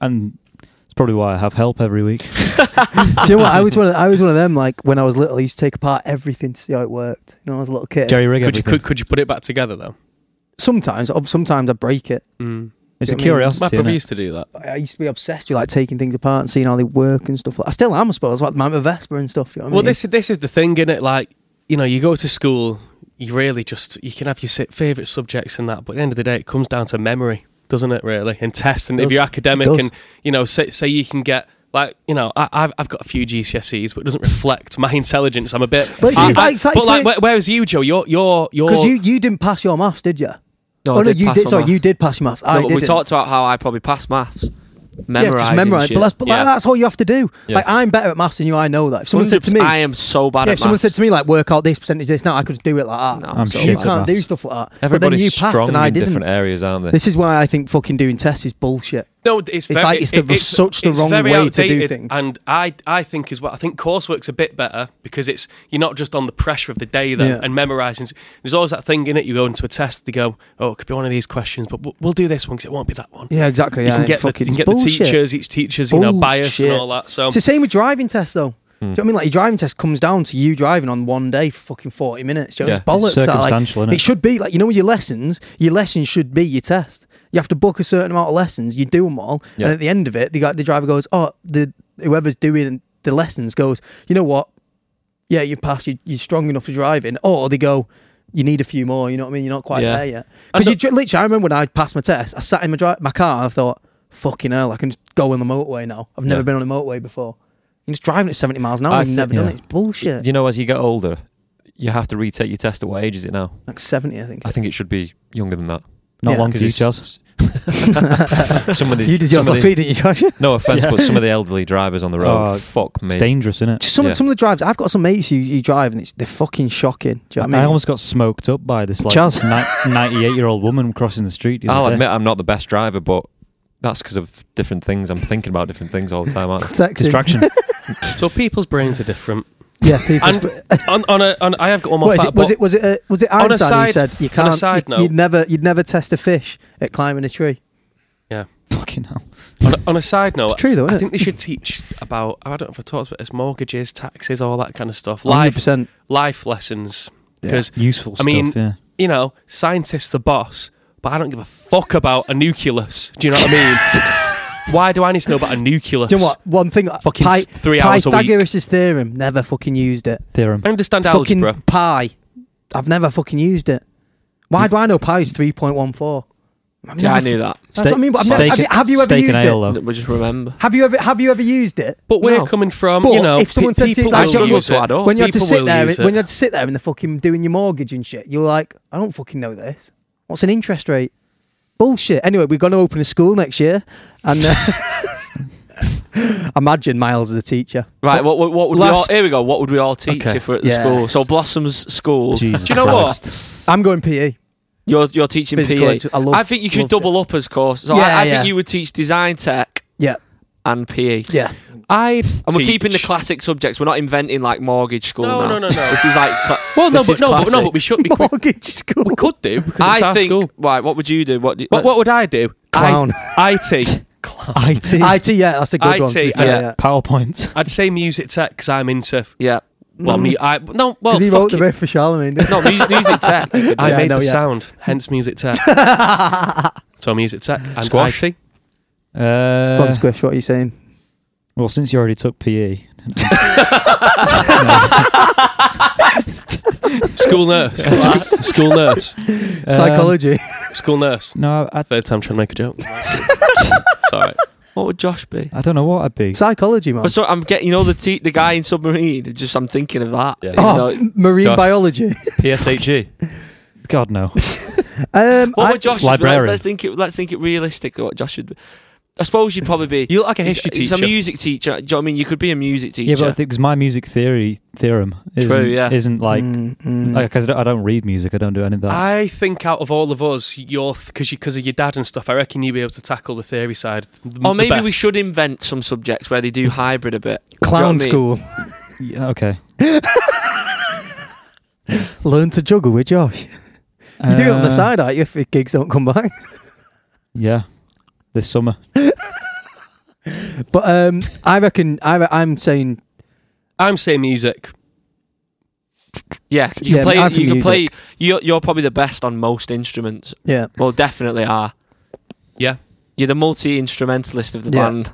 and it's probably why I have help every week. yeah. Do you know what? I was one. Of, I was one of them. Like when I was little, I used to take apart everything to see how it worked. You know, I was a little kid. Jerry rig Could you everything. could, could you put it back together though? sometimes, ob- sometimes I break it. Mm. it's a I mean, My curiosity. brother innit? used to do that. But I used to be obsessed with like taking things apart and seeing how they work and stuff. Like, I still am, I suppose. Like my Vespa and stuff. You know what I Well, mean? this is this is the thing, is it? Like, you know, you go to school, you really just you can have your si- favorite subjects and that, but at the end of the day, it comes down to memory, doesn't it? Really, and tests. And if Does. you're academic, Does. and you know, say, say you can get. Like you know, I, I've I've got a few GCSEs, but it doesn't reflect my intelligence. I'm a bit. But it's- I- it's I- like- it's like- but like, where- whereas you, Joe, you're you're you're. because you you didn't pass your maths, did you? no, oh I no, did you pass did. my Sorry, maths. you did pass your maths. No, I but we didn't. talked about how I probably passed maths, yeah, memorizing just memorize. shit. But, that's, but like, Yeah. that's all you have to do. Yeah. Like I'm better at maths than you. I know that. If someone said to me, I am so bad at yeah, if someone maths. said to me like work out this percentage this now, I could do it like that. No, I'm so shit you at can't do maths. stuff like that. but then you Everybody's passed strong and I in didn't. different areas, aren't they? This is why I think fucking doing tests is bullshit. No, it's It's very, like it's the- such the wrong very way to do outdated, things. And I, I think as well. I think coursework's a bit better because it's you're not just on the pressure of the day then Yeah. and memorising. There's always that thing in it. You go into a test, they go, "Oh, it could be one of these questions, but we'll, we'll do this one because it won't be that one." Yeah, exactly. You yeah, can get, the, you fucking can get the bullshit. teachers, each teacher's you know bias and Bullshit. all that. So It's the same with driving tests though. Do you know what I mean? Like your driving test comes down to you driving on one day for fucking forty minutes. Do you know, Yeah, it's bollocks. that, like, circumstantial, innit? it should be like you know your lessons. Your lessons should be your test. You have to book a certain amount of lessons. You do them all, Yeah. and at the end of it, the guy, the driver goes, "Oh, the whoever's doing the lessons goes, you know what? Yeah, you passed. You, you're strong enough for driving." Or they go. You need a few more. You know what I mean. You're not quite Yeah. there yet. Because you ju- literally, I remember when I passed my test, I sat in my dri- my car. and I thought, "Fucking hell, I can just go on the motorway now. I've never Yeah. been on a motorway before." You're just driving at 70 miles an hour. I I've thi- never done yeah. it. It's bullshit. You know, as you get older, you have to retake your test. At what age is it now? Like 70, I think. I think it should be younger than that. Not Yeah. long for Because you, Chaz. it's- some of the you did some yours of last the- week, didn't you, Josh? No offense, Yeah. but some of the elderly drivers on the road, Oh, fuck me. It's dangerous, isn't it? Just some, Yeah. of, some of the drives. I've got some mates who you drive and it's, they're fucking shocking. Do you I, know what I mean? almost got smoked up by this like Chaz. ninety-eight-year-old woman crossing the street. the other I'll day. admit I'm not the best driver, but that's because of different things. I'm thinking about different things all the time. Aren't I? Text him. Distraction. So people's brains are different. Yeah, people. And on, on a, on, I have got one more. What is fact, it, was but it was it uh, was it On a Einstein who side- said you on can't a side you, note- would never you'd never test a fish at climbing a tree. Fucking hell. on, a, on a side note, It's true though, I isn't think they should teach about. I don't know if I talked about this: mortgages, taxes, all that kind of stuff. it? 100 Life, percent. life lessons. Yeah. Because Useful I mean- stuff, yeah. you know, scientists are boss, but I don't give a fuck about a nucleus. Do you know what I mean? Why do I need to know about a nucleus? Do you know what? One thing. Fucking Pi- s- three hours a week. Pythagoras' theorem. Never fucking used it. Theorem. I understand fucking algebra. pi. I've never fucking used it. Why do I know pi is three point one four? Yeah, I knew that. That's what I mean. But I've Steak- never, have, you, have you ever steak used and ale, it? though. We just remember. Have you ever have you ever used it? But we're No. coming from, But you know, if pe- someone said to you, people like, I will John, struggle use to it. add up. when you had to people sit will there, use it. when you had to sit there in the fucking doing your mortgage and shit, you're like, I don't fucking know this. What's an interest rate? Bullshit. Anyway, we're going to open a school next year, and uh, imagine Miles as a teacher. Right, what, what, what would Last- we all, here we go, what would we all teach Okay. if we're at the Yes. school? So Blossom's school, Jesus Do you know Christ. what? I'm going PE. you're, you're teaching Physical PE. edu- I, love, E. I think you should loved it. double up as course. So Yeah, I, I yeah. think you would teach design tech Yeah. and PE. Yeah, I'd And we're keeping the teach- classic subjects. We're not inventing like mortgage school No, now. no, no, no. This is like cla- Well, no, this but is no, but, no, classic. but we should. We, we, mortgage school. we could do because it's I our think. school. Right, what would you do? What? Do, What, what would I do? Clown. I, IT. IT. IT, yeah, that's a good one. to be IT, fair, yeah. yeah. PowerPoint. I'd say music tech because I'm into. yeah. Well, me, I no. Well, 'Cause Mm. he fuck wrote the it. riff for Charlemagne. didn't No, music, music tech. I Yeah, I made know, the yeah. sound, hence music tech. so music tech and Squash. IT. he? Uh, Go on, Squish, what are you saying? well, since you already took E. PE, School nurse. Sc- school nurse. Uh, Psychology. School nurse. Um, no, I, Third time trying to make a joke. Sorry. What would Josh be? I don't know what I'd be. Psychology, man. But so I'm getting, you know, the te- the guy in submarine. it's Just I'm thinking of that. Yeah. You oh, know, m- marine Josh. biology. PSHG. God no. Um, what I- would Josh? Librarian. Let's, let's think it. Let's think it realistic. What Josh should be. I suppose you'd probably be. You look like a he's- history he's teacher. a music teacher. Do you know what I mean? You could be a music teacher. yeah, but I think 'cause my music theory theorem isn't, yeah. isn't like Mm, mm. like 'cause I don't, I don't read music. I don't do any of that. I think out of all of us, you're because you because of your dad and stuff. I reckon you'd be able to tackle the theory side. th- or the maybe we best. should invent some subjects where they do hybrid a bit. Clown Do you know school. Yeah, okay. Learn to juggle with Josh. You do it on the Uh, side, aren't you, if the gigs don't come back? Yeah, this summer. But um, I reckon I, re- I'm saying I'm saying music. Yeah, you can Yeah, play. I You think can music. play. You're, you're probably the best on most instruments. yeah. Well, definitely are. Yeah. You're the multi instrumentalist of the Yeah. band.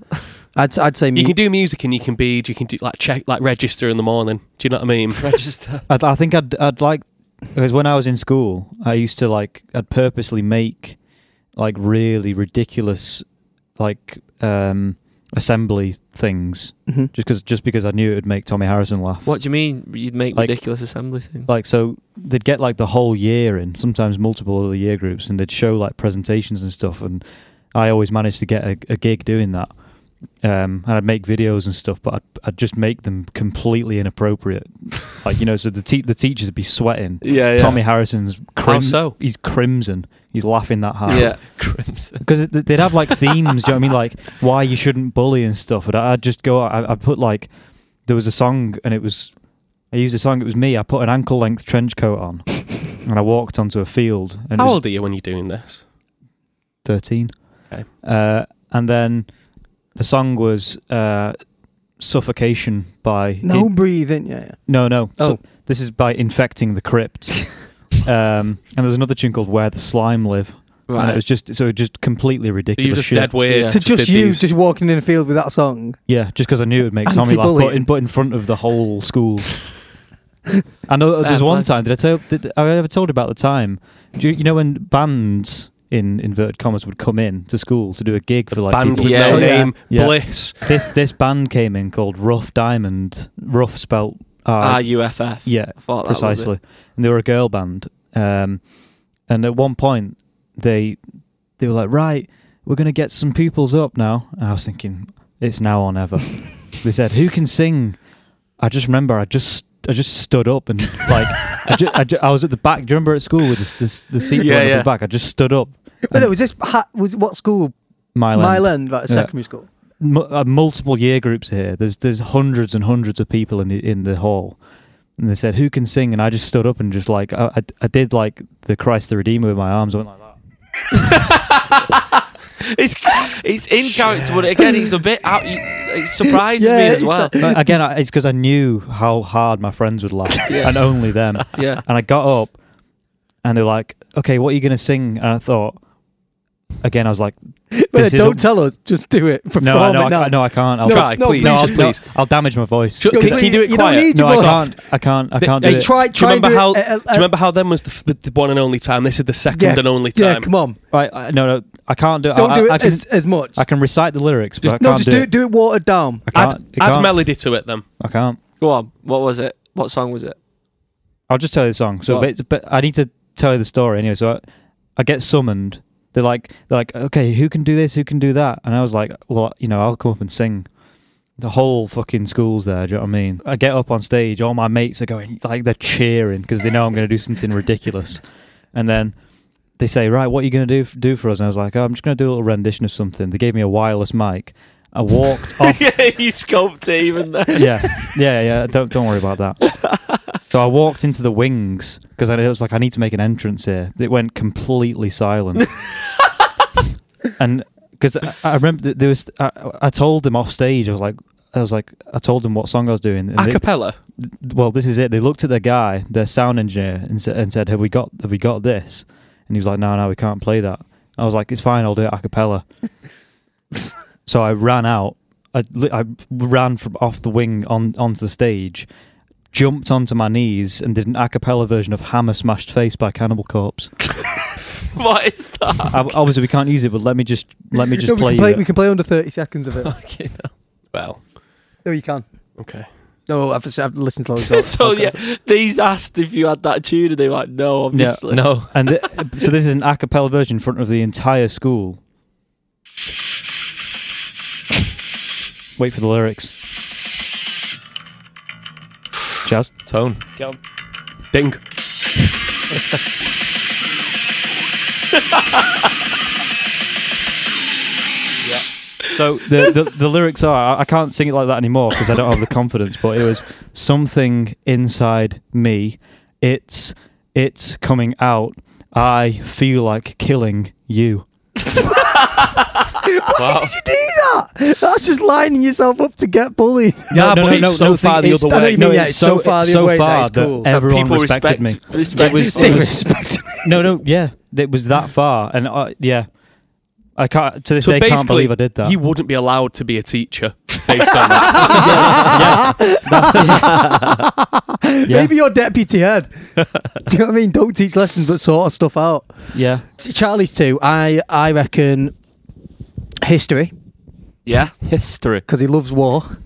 I'd s- I'd say You mu- can do music and you can bead. You can do like check like register in the morning. Do you know what I mean? Register. I'd, I think I'd I'd like because when I was in school, I used to like I'd purposely make like really ridiculous like um assembly things Mhm. just because just because I knew it would make Tommy Harrison laugh. What do you mean? You'd make Like- ridiculous assembly things. Like so, they'd get like the whole year in, sometimes multiple other year groups, and they'd show like presentations and stuff. And I always managed to get a, a gig doing that. Um, and I'd make videos and stuff, but I'd, I'd just make them completely inappropriate. like you know, so the te- the teachers would be sweating. Yeah, yeah. Tommy Harrison's How crim- so? he's crimson. He's laughing that hard. Yeah. Crimson. Because they'd have like themes, do you know what I mean? Like why you shouldn't bully and stuff. And I- I'd just go, I, I put like, there was a song and it was, I used a song, it was me. I put an ankle length trench coat on and I walked onto a field. And it How was old are you when you're doing this? 13. Okay. Uh, and then the song was uh, Suffocation by. no breathing. Yeah, yeah. No, no. Oh. So this is by infecting the crypt. um, and there's another tune called Where the Slime Live. And it Right. was just so it was just completely ridiculous. You're just shit. dead weird. Yeah. to just did you these. just walking in the field with that song. Yeah, just because I knew it would make Tommy laugh, but Anti-bullying. in, but in front of the whole school. I know there's Fair one play. time. Did I tell? Did I ever told you about the time? Do you, you know when bands in inverted commas would come in to school to do a gig for like Band people? with Yeah, no yeah. name, Yeah. Bliss. This this band came in called Rough Diamond. Rough spelt R. R Ah, U F F. yeah, I thought that was it. precisely. And they were a girl band. Um, and at one point, they they were like, "Right, we're gonna get some pupils up now." And I was thinking, "It's now or never." they said, "Who can sing?" I just remember, I just I just stood up and like I, ju- I, ju- I was at the back. Do you remember at school with this this the seats Yeah, yeah, yeah. the back? I just stood up. But And- was this ha- was what school Mile, Mile End. End, right, Yeah. secondary school. mu- uh, multiple year groups here. There's there's hundreds and hundreds of people in the in the hall, and they said who can sing, and I just stood up and just like I, I, I did like the Christ the Redeemer with my arms. I went like that. it's it's in character, but again, he's a bit out. It surprises Yeah, me as it's well. a- But again, I, it's because I knew how hard my friends would laugh, Yeah. and only them. yeah, And I got up, and they're like, "Okay, what are you gonna sing?" And I thought, again, I was like, But This is don't a- tell us. Just do it. Perform "No, I- no, it I, now. ca- no, I can't. I'll No, try. no, no, please, I'll, just no, please. I'll damage my voice. Sh- Yo, can, can you do please, it you don't quiet? need No, your I voice. can't. I can't. I Th- can't do they it. Just try. Do you Try and remember do how? it. uh, do you remember how then was the, f- the, the one and only time? This is the second Yeah. and only uh, Yeah, time. come on. Right, I, no, no, I can't do it. Don't I, I, do it I can, as, as much. I can recite the lyrics, but I can't just, no, just do do it. Do it watered down. I can't. Add, I add can't. melody to it then. I can't. go on. What was it? What song was it? I'll just tell you the song. So, What? but, but I need to tell you the story anyway. So, I, I get summoned. They're like, they're like, okay, who can do this? Who can do that? And I was like, well, you know, I'll come up and sing. The whole fucking school's there. Do you know what I mean? I get up on stage. All my mates are going like they're cheering because they know I'm going to do something ridiculous. And then they say, right, what are you going to do do for us? And I was like, oh, I'm just going to do a little rendition of something. They gave me a wireless mic. I walked off yeah, you sculpted it even there. yeah, yeah, yeah. Don't don't worry about that. so I walked into the wings because I it was like I need to make an entrance here. It went completely silent, and because I, I remember that there was I, I told them off stage. I was like. I was like, I told them what song I was doing. and A they- cappella. well, this is it. They looked at the guy, their sound engineer, and, sa- and said, "Have we got? Have we got this?" And he was like, "No, no, we can't play that." I was like, "It's fine. I'll do it a cappella." so I ran out. I, li- I ran from off the wing on onto the stage, jumped onto my knees, and did an a cappella version of "Hammer Smashed Face" by Cannibal Corpse. What is that? I, obviously, we can't use it, but let me just let me just No, we, play. can you play it. we can play under 30 seconds of it. Well, no, you can. okay. No, I've, I've listened to loads of so podcasts. yeah, these asked if you had that tune, and they were like, no, Yeah, obviously. No. and th- so this is an a cappella version in front of the entire school. Wait for the lyrics. Jazz. Tone. Ding. So the, the the lyrics are I- I can't sing it like that anymore because I don't have the confidence. But it was something inside me. It's it's coming out. I feel like killing you. Wow. Did you do that? That's just lining yourself up to get bullied. Yeah, but it's so the thing far the is- other I know what you way. mean, yeah, it's so far the other way, that far is cool. That everyone people respected me. respect, It Respect. was- They it was- respect me. No, no, yeah, it was that far, and uh, yeah, I can't to this So day can't basically, believe I did that. You wouldn't be allowed to be a teacher based on that. yeah, yeah, that's it. yeah, Maybe your deputy head. do you know what I mean? Don't teach lessons, but sort of stuff out. yeah. So Charlie's too. I I reckon history Yeah. History. because he loves war.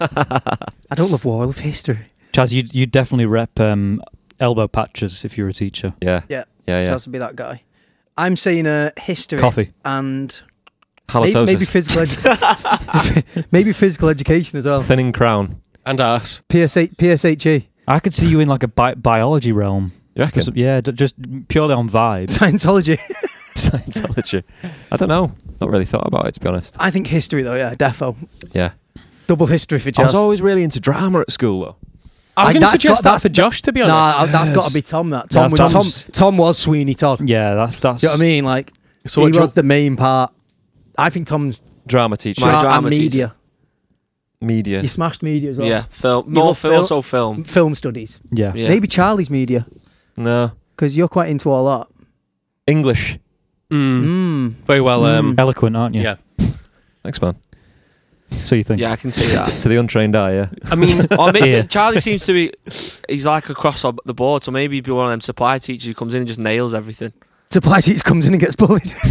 I don't love war. I love history. Chaz, you you definitely rep um, elbow patches if you're a teacher. Yeah. Yeah. Yeah. Yeah. Chaz would be that guy. I'm saying uh, history Coffee. and may- Halitosis. maybe physical edu- maybe physical education as well. Thinning crown. and arse. PSH, PSHE, I could see you in like a bi- biology realm. You reckon? Yeah, d- just purely on vibe. Scientology. Scientology. I don't know. Not really thought about it to be honest. I think history though. Yeah, defo. Yeah. Double history for I was Chaz. always really into drama at school though. I'm Like, going to that's suggest got- that for that's- Josh, to be honest. Nah, uh, that's Yes. got to be Tom. That Tom, That's was, Tom, Tom's- Tom was Sweeney Todd. Yeah, that's that's. Do you know what I mean? Like so he what do you- was the main part. I think Tom's Drama teacher. My dra- drama and teacher. media. Media. You smashed media as well. Yeah. Film. You More love film. film? Also film. Film studies. Yeah. Yeah. Maybe Charlie's media No. because you're quite into all that. English. Mm, Mm. very well. Um, Eloquent, aren't you? Yeah. Thanks, man. So you think? Yeah, I can see that. T- to the untrained eye, yeah. I mean, or maybe Yeah. Charlie seems to be he's like across ob- the board, so maybe he'd be one of them supply teachers who comes in and just nails everything. Oh, Supply teacher comes in and gets bullied. do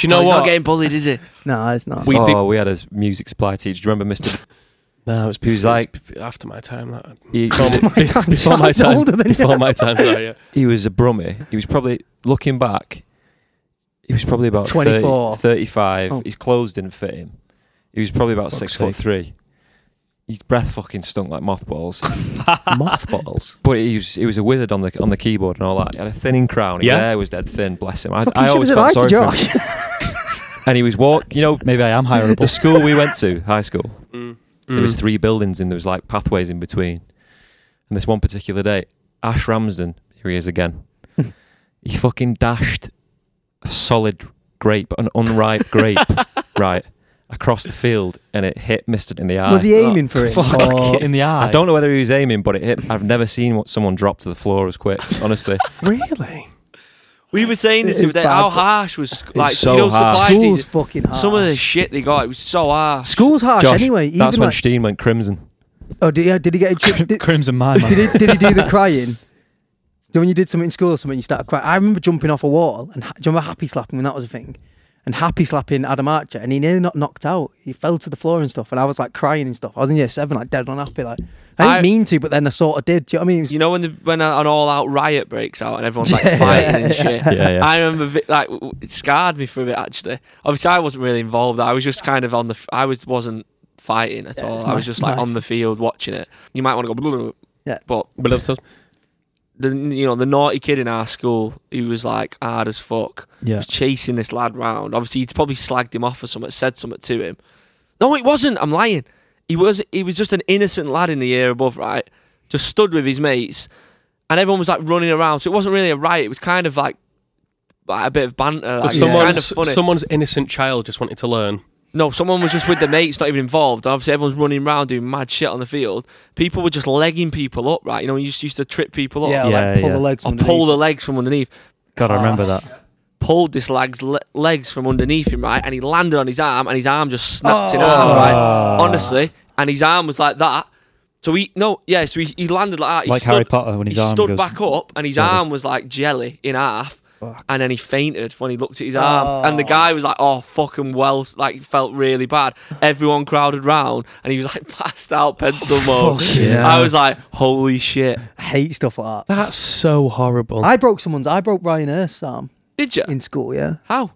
you know he's what? not getting bullied, is he? no, it's not. We oh, did- we had a music supply teacher. Do you remember Mr. No, it was He was like- it's after my time. That He, After my time, Before my Charlie's time. older than you. before my time. Sorry, yeah. he was a brummie. He was probably looking back. He was probably about 30 24. 35. Oh. His clothes didn't fit him. He was probably about Fuck's six foot sake. three. His breath fucking stunk like mothballs. Mothballs. but he was he was a wizard on the on the keyboard and all that. He had a thinning crown. His Yeah. hair was dead thin. Bless him. I, Fuck, you I should always have felt said hi sorry to for him. Josh. and he was walk. You know, Maybe I am higher up. the school we went to, high school. Mm. There Hmm. was three buildings and there was like pathways in between. And this one particular day, Ash Ramsden, here he is again. he fucking dashed a solid grape, an unripe grape, right across the field, and it hit Mister in the eye. Was he aiming for it? Oh, Fuck. Or- Oh, in the eye. I don't know whether he was aiming, but it hit. I've never seen what someone drop to the floor as quick. Honestly, Really? We were saying this It the is other day. bad, How but- harsh was like so you know harsh. supply School's teachers, fucking harsh. some of the shit they got. It was so harsh. School's harsh Josh, anyway. Even that's when like, Steen went crimson. oh, did, yeah, did he get a chip? Did, Crimson mine. did he, did he do the crying? Do you know When you did something in school, or something you started crying. I remember jumping off a wall, and ha- do you remember happy slapping when that was a thing? And happy slapping Adam Archer, and he nearly not knocked out. He fell to the floor and stuff, and I was like crying and stuff. I was in year seven, like dead unhappy. Like I didn't I- mean to, but then I sort of did. Do you know what I mean? It was- You know when the, when a- an all out riot breaks out and everyone's like Yeah. fighting and shit. Yeah, yeah. I remember vi- like w- w- it scarred me for a bit actually. Obviously, I wasn't really involved. I was just kind of on the. F- I was wasn't fighting at Yeah, all. it's I was nice- just like nice. on the field watching it. You might want to go. Blah, blah, blah. Yeah. But But it says- the you know the naughty kid in our school who was like hard as fuck yeah. was chasing this lad round. Obviously, he'd probably slagged him off or something, said something to him. No, it wasn't. I'm lying. He was. He was just an innocent lad in the air above, right? Just stood with his mates, and everyone was like running around. So it wasn't really a riot. It was kind of like, like a bit of banter. Like, it was kind of someone's, funny. someone's innocent child just wanted to learn. No, someone was just with the mates, not even involved. Obviously, everyone's running around doing mad shit on the field. People were just legging people up, right? You know, you just used to trip people up. yeah, Yeah, like pull yeah. the legs. Or underneath. pull the legs from underneath. God, I remember that. pulled this lag's le- legs from underneath him, right? And he landed on his arm, and his arm just snapped in Oh. half, right? Ah. Honestly, and his arm was like that. So he no, yeah. So he, he landed like that. He Like stood, Harry Potter when his he arm stood goes- back up, and his Jelly. arm was like jelly in half. Fuck. And then he fainted when he looked at his Oh. arm, and the guy was like, "Oh, fucking well," like felt really bad. Everyone crowded round, and he was like passed out, pencil Oh, mode. fucking hell. I was like, "Holy shit!" I hate stuff like that. That's so horrible. I broke someone's. I broke Ryan Hurst's arm Did you? in school. Yeah, How?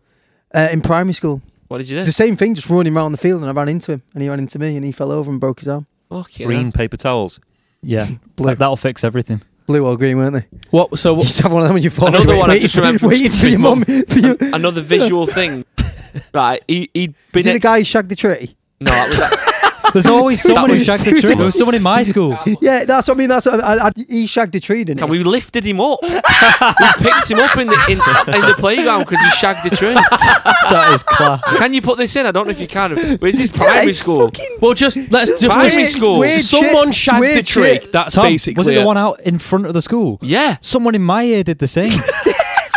uh, in primary school. What did you do? The same thing, just running around the field, and I ran into him, and he ran into me, and he fell over and broke his arm. Fucking hell. Green paper towels. Yeah. Blue. That'll fix everything. Blue or green, weren't they? what? So You what, used to have one of them when you fall. Another wait- one I wait- just remembered from Waiting for your Big mum. Mum. For your, another visual thing. Right, he, he'd been is it the ex- guy who shagged the tree? No, that was that. There's always There was someone who someone- shagged there the was tree. someone- There was someone in my school. Yeah, that's what I mean. That's what I, I, he shagged the tree, didn't and he? we lifted him up. we picked him up in the in, in the playground because he shagged the tree. that is class. Can you put this in? I don't know if you can. Where's his Yeah, primary it's school? fucking- well, just let's just, Primary just Weird- school. weird Someone shit. shagged Weird the trick. shit. That's Tom, basically uh, was it it. the one out in front of the school? Yeah. Someone in my ear did the same.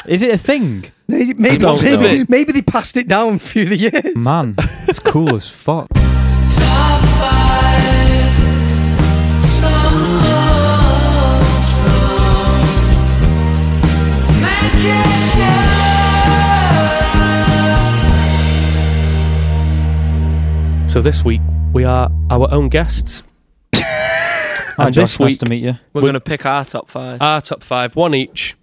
is it a thing? Maybe, maybe, don't maybe, know. maybe they passed it down through the years. Man, it's cool as fuck. Top five songs from Manchester. So this week we are our own guests. Hi, And Josh. this Nice week- to meet you. We're We- going to pick our top five. Our top five, one each,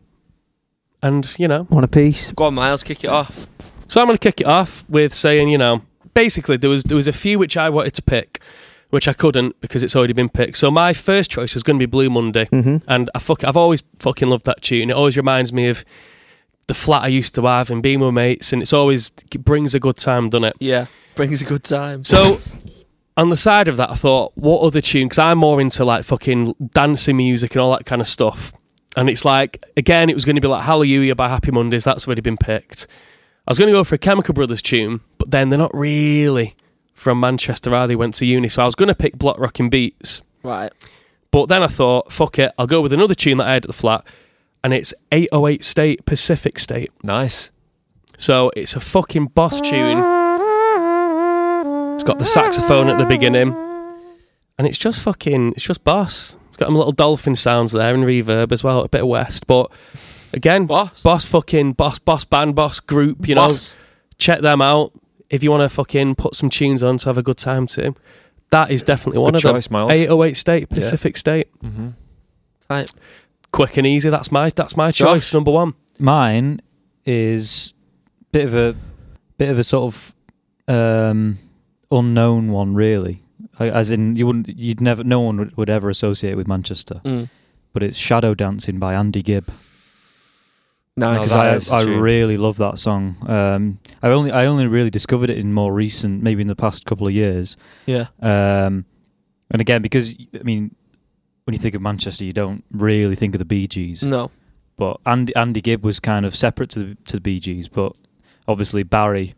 and you know. One apiece. Go on, Miles, kick it off. So I'm going to kick it off with saying, you know, basically there was there was a few which I wanted to pick, which I couldn't because it's already been picked. So my first choice was going to be Blue Monday, and I fuck, I've always fucking loved that tune. It always reminds me of the flat I used to have and being with mates, and it's always it brings a good time, doesn't it? Yeah. Brings a good time. So, on the side of that, I thought, what other tune? Because I'm more into like fucking dancing music and all that kind of stuff. And it's like, again, it was going to be like Hallelujah by Happy Mondays. That's already been picked. I was going to go for a Chemical Brothers tune, but then they're not really from Manchester, are they? Went to uni. So I was going to pick Block Rockin' Beats. right. But then I thought, fuck it, I'll go with another tune that I had at the flat. And it's 808 State, Pacific State. Nice. So it's a fucking boss tune. It's got the saxophone at the beginning, and it's just fucking, it's just boss. It's got them little dolphin sounds there and reverb as well, a bit of west. But again, Boss. boss fucking boss, boss band, boss group. You Boss. know, check them out if you want to fucking put some tunes on to have a good time too. That is definitely one Good of choice, them. Miles. 808 State, Pacific State, Mm-hmm. Type. quick and easy. That's my that's my Josh. choice number one. Mine is bit of a bit of a sort of um, unknown one, really. I- As in, you wouldn't, you'd never, no one would, would ever associate with Manchester. Mm. But it's "Shadow Dancing" by Andy Gibb. Nice. No, that because is I, I true. really love that song. Um, I only I only really discovered it in more recent, maybe in the past couple of years. yeah. Um, and again, because I mean, when you think of Manchester, you don't really think of the Bee Gees. No. But Andy Andy Gibb was kind of separate to the, to the Bee Gees, but obviously Barry.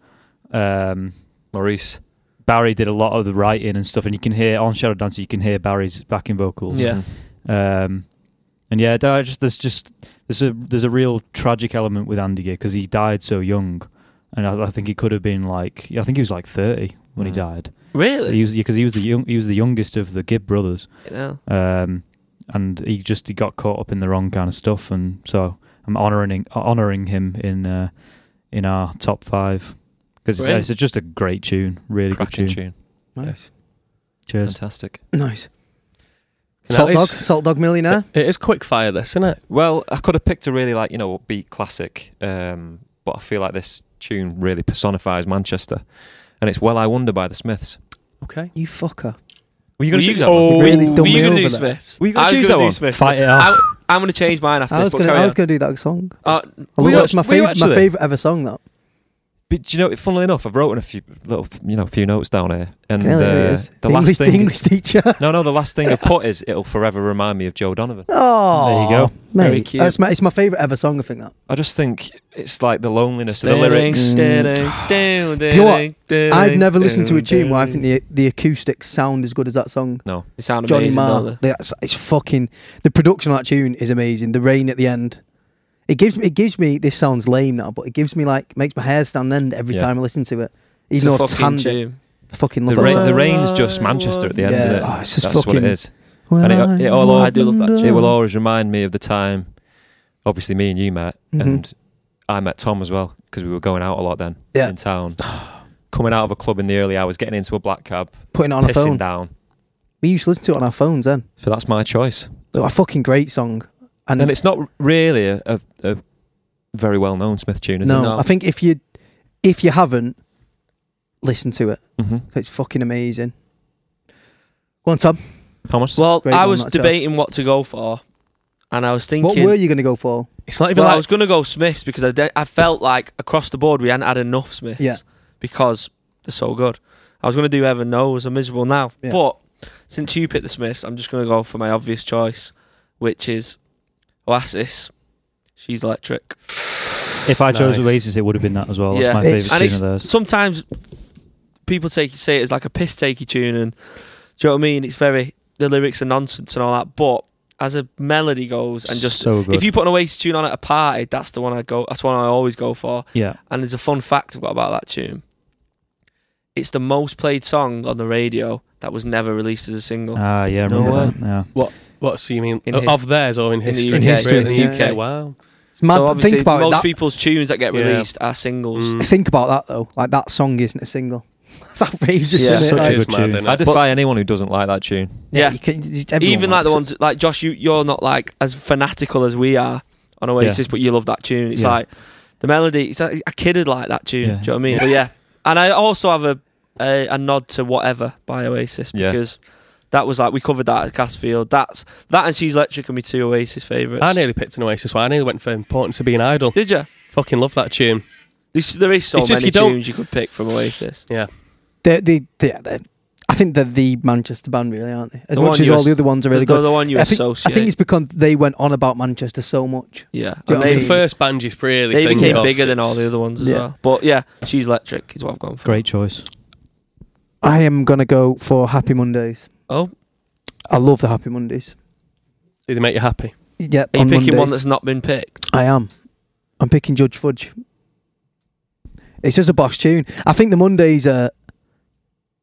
Um, Maurice. Barry did a lot of the writing and stuff, and you can hear on Shadow Dancer, you can hear Barry's backing vocals. Yeah. Mm-hmm. Um, and yeah, there are just there's just there's a there's a real tragic element with Andy Gibb because he died so young, and I, I think he could have been like I think he was like thirty when Mm. he died. Really? He was because he was the young, he was the youngest of the Gibb brothers, You know. um, and he just he got caught up in the wrong kind of stuff, and so I'm honoring honoring him in uh, in our top five because Brilliant. it's, it's just a great tune, really good Cracking tune. tune. Nice. Cheers. Fantastic. Nice. Now, Salt dog, it's- salt dog millionaire. It is quick fire, this, isn't it? Well, I could have picked a really like you know beat classic, um, but I feel like this tune really personifies Manchester, and it's "Well I Wonder" by the Smiths. Okay. You fucker. Were you going to choose that oh, one? Really were done me you gonna over do there. Smiths? Were you gonna I was choose gonna that do one? Smiths. Fight it I, off. am going to change mine after I was this, but gonna, carry I on. was gonna do that song. Uh, I Were love you that. It's my actually- were favorite, you my actually? favorite ever song. That But do you know, funnily enough, I've written a few little you know few notes down here, and Really, it uh, is. the the last English, the thing. English teacher. No, no, the last thing I put is "It'll forever remind me of Joe Donovan." Oh, There you go. Very mate. cute. That's my, it's my favorite ever song. I think that. I just think it's like the loneliness of the Staring, Mm, lyrics. staring, down, you know down, down, I've never listened to a down, tune where I down. think the the acoustics sound as good as that song. They sound Johnny amazing, don't Marr. they? That's it's fucking the production of that tune is amazing. The rain at the end. It gives me it gives me this sounds lame now, but it gives me like makes my hair stand end every Yeah. time I listen to it. It's Even a though I've fucking tanned it. tune. I fucking The, love ra- that the song. rain's just Manchester at the end, Yeah. isn't it? Oh, it's just That's what fucking- it is. Well, and it- it all- I do love that wonder- tune. It will always remind me of the time. Obviously, me and you met, Mhm. and I met Tom as well because we were going out a lot then Yeah. in town. Coming out of a club in the early hours, getting into a black cab, Putting it on a pissing phone. down. We used to listen to it on our phones then. So that's my choice. It was a fucking great song. And, And, it's not really a, a, a very well known Smith tune, is no, it? No. I think if you if you haven't, listen to it. Mm-hmm. It's fucking amazing. Go on, Tom. Thomas? Well, Great I one, was that says. debating what to go for, and I was What thinking. were you going to go for? It's not even well, I like was going to go Smiths because I, de- I felt like across the board we hadn't had enough Smiths Yeah. because they're so good. I was going to do Ever Knows, I'm miserable now. Yeah. But since you picked the Smiths, I'm just going to go for my obvious choice, which is Oasis. She's electric. If I chose Nice. Oasis, it would have been that as well. Yeah. That's my It's- favourite and tune of theirs. Sometimes people take say it as like a piss takey tune, and do you know what I mean? It's very the lyrics are nonsense and all that, but as a melody goes, and just so good. if you put an Oasis tune on at a party, that's the one I go. That's one I always go for. yeah, And there's a fun fact I've got about that tune. It's the most played song on the radio that was never released as a single. ah, yeah, I No remember way. that. Yeah. what? So you mean In o- his- of theirs or in in the history? UK, In history, Really? in the UK. Wow. It's mad. so but obviously, think about it. most That, people's tunes that get Yeah. released are singles. Mm. think about that though. Like that song isn't a single. That's outrageous, Yeah. isn't it? Such a Like, It is good mad, tune. isn't I it? defy anyone who doesn't like that tune. Yeah. you can- you- everyone Even like likes the it. ones like Josh, you you're not like as fanatical as we are on Oasis, but you love that tune. It's Yeah. like the melody. It's like, a kid would like that tune. Yeah. Do you know what I mean? Yeah. But yeah, and I also have a a, a nod to whatever by Oasis Yeah. because that was like we covered that at Castfield. That's that and she's electric and me two Oasis favorites. I nearly picked an Oasis one. I nearly went for Importance of Being Idle. Did you? Fucking love that tune. There's, there is so It's just many you don't- tunes you could pick from Oasis. They're, they, they, they're, I think they're the Manchester band, really, aren't they? As The much one as you all as- the other ones are really the, good. the one you I, think, associate. I think it's because they went on about Manchester so much. yeah, Do you and know what I It's the they, mean? first band you really they think became of. bigger than all the other ones as Yeah. well. But yeah, she's electric is what I've gone for. Great choice. I am gonna go for Happy Mondays. Oh, I love the Happy Mondays. Do they make you happy? Yeah, are you on picking one Mondays. that's not been picked? I am. I'm picking Judge Fudge. It's just a boss tune. I think the Mondays are.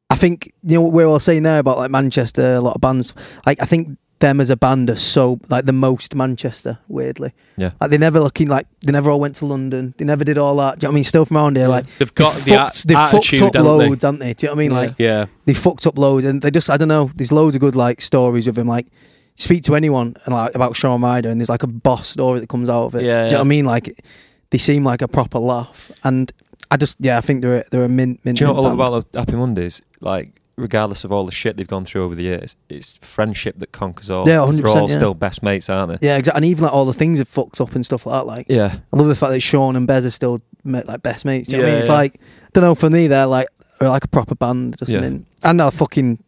I think you know what we're all saying there about like Manchester, a lot of bands. Like I think them as a band are so like the most Manchester. Weirdly, Yeah. Like they never looking like they never all went to London. They never did all that. Do you know what I mean? Still from around here, like They've got they the fucked, they a- attitude, fucked up haven't loads, haven't they? Do you know what I mean? Yeah. Like they? Yeah. they fucked up loads, and they just I don't know. There's loads of good like stories with him. Like speak to anyone and like about Shawn Ryder, and there's like a boss story that comes out of Yeah, it. Do you yeah. know what I mean? Like they seem like a proper laugh, and I just yeah, I think they're a, they're a mint mint. Do you know mint what I love band. about the Happy Mondays? Like regardless of all the shit they've gone through over the years, it's friendship that conquers all. Yeah, 'cause They're all 100%, yeah. still best mates, aren't they? Yeah, exactly. And even like all the things have fucked up and stuff like that. Like, Yeah. I love the fact that Sean and Bez are still ma- like best mates. Do you know what I mean? Yeah, It's yeah. like, I don't know, for me, they're like, they're like a proper band. Just Yeah. mean- and they're fucking,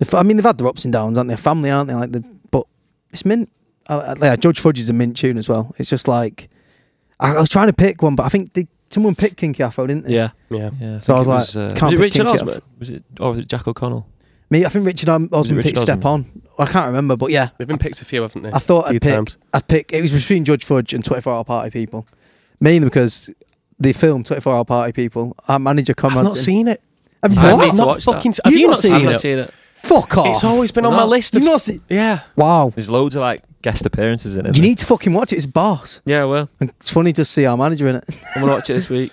the f- I mean, they've had their ups and downs, aren't they? Family, aren't they? Like, the, but it's mint. I, I, yeah, Judge Fudge is a mint tune as well. It's just like, I, I was trying to pick one, but I think they, someone picked Kinky Afro, didn't they? Yeah. Yeah. Yeah. So I was think it like, uh, can't was it pick Richard Kinky Osman? Afro. Was it, or was it Jack O'Connell? Me, I think Richard um, Osman Richard picked Step On. I can't remember, but yeah, They've been picked a few, haven't they? I thought a few I'd pick times. I pick it was between Judge Fudge and 24 Hour Party People, mainly because the film 24 Hour Party People. Our manager I've commented. not seen it. Have you I I've not? need to not watch that. fucking s- Have you, not seen, I've it? not seen it. Fuck off. It's always been on my No. list of. You've not seen. yeah. Wow. There's loads of like guest appearances in it. You need to fucking watch it. It's boss. Yeah, well, And it's funny to see our manager in it. I'm gonna watch it this week.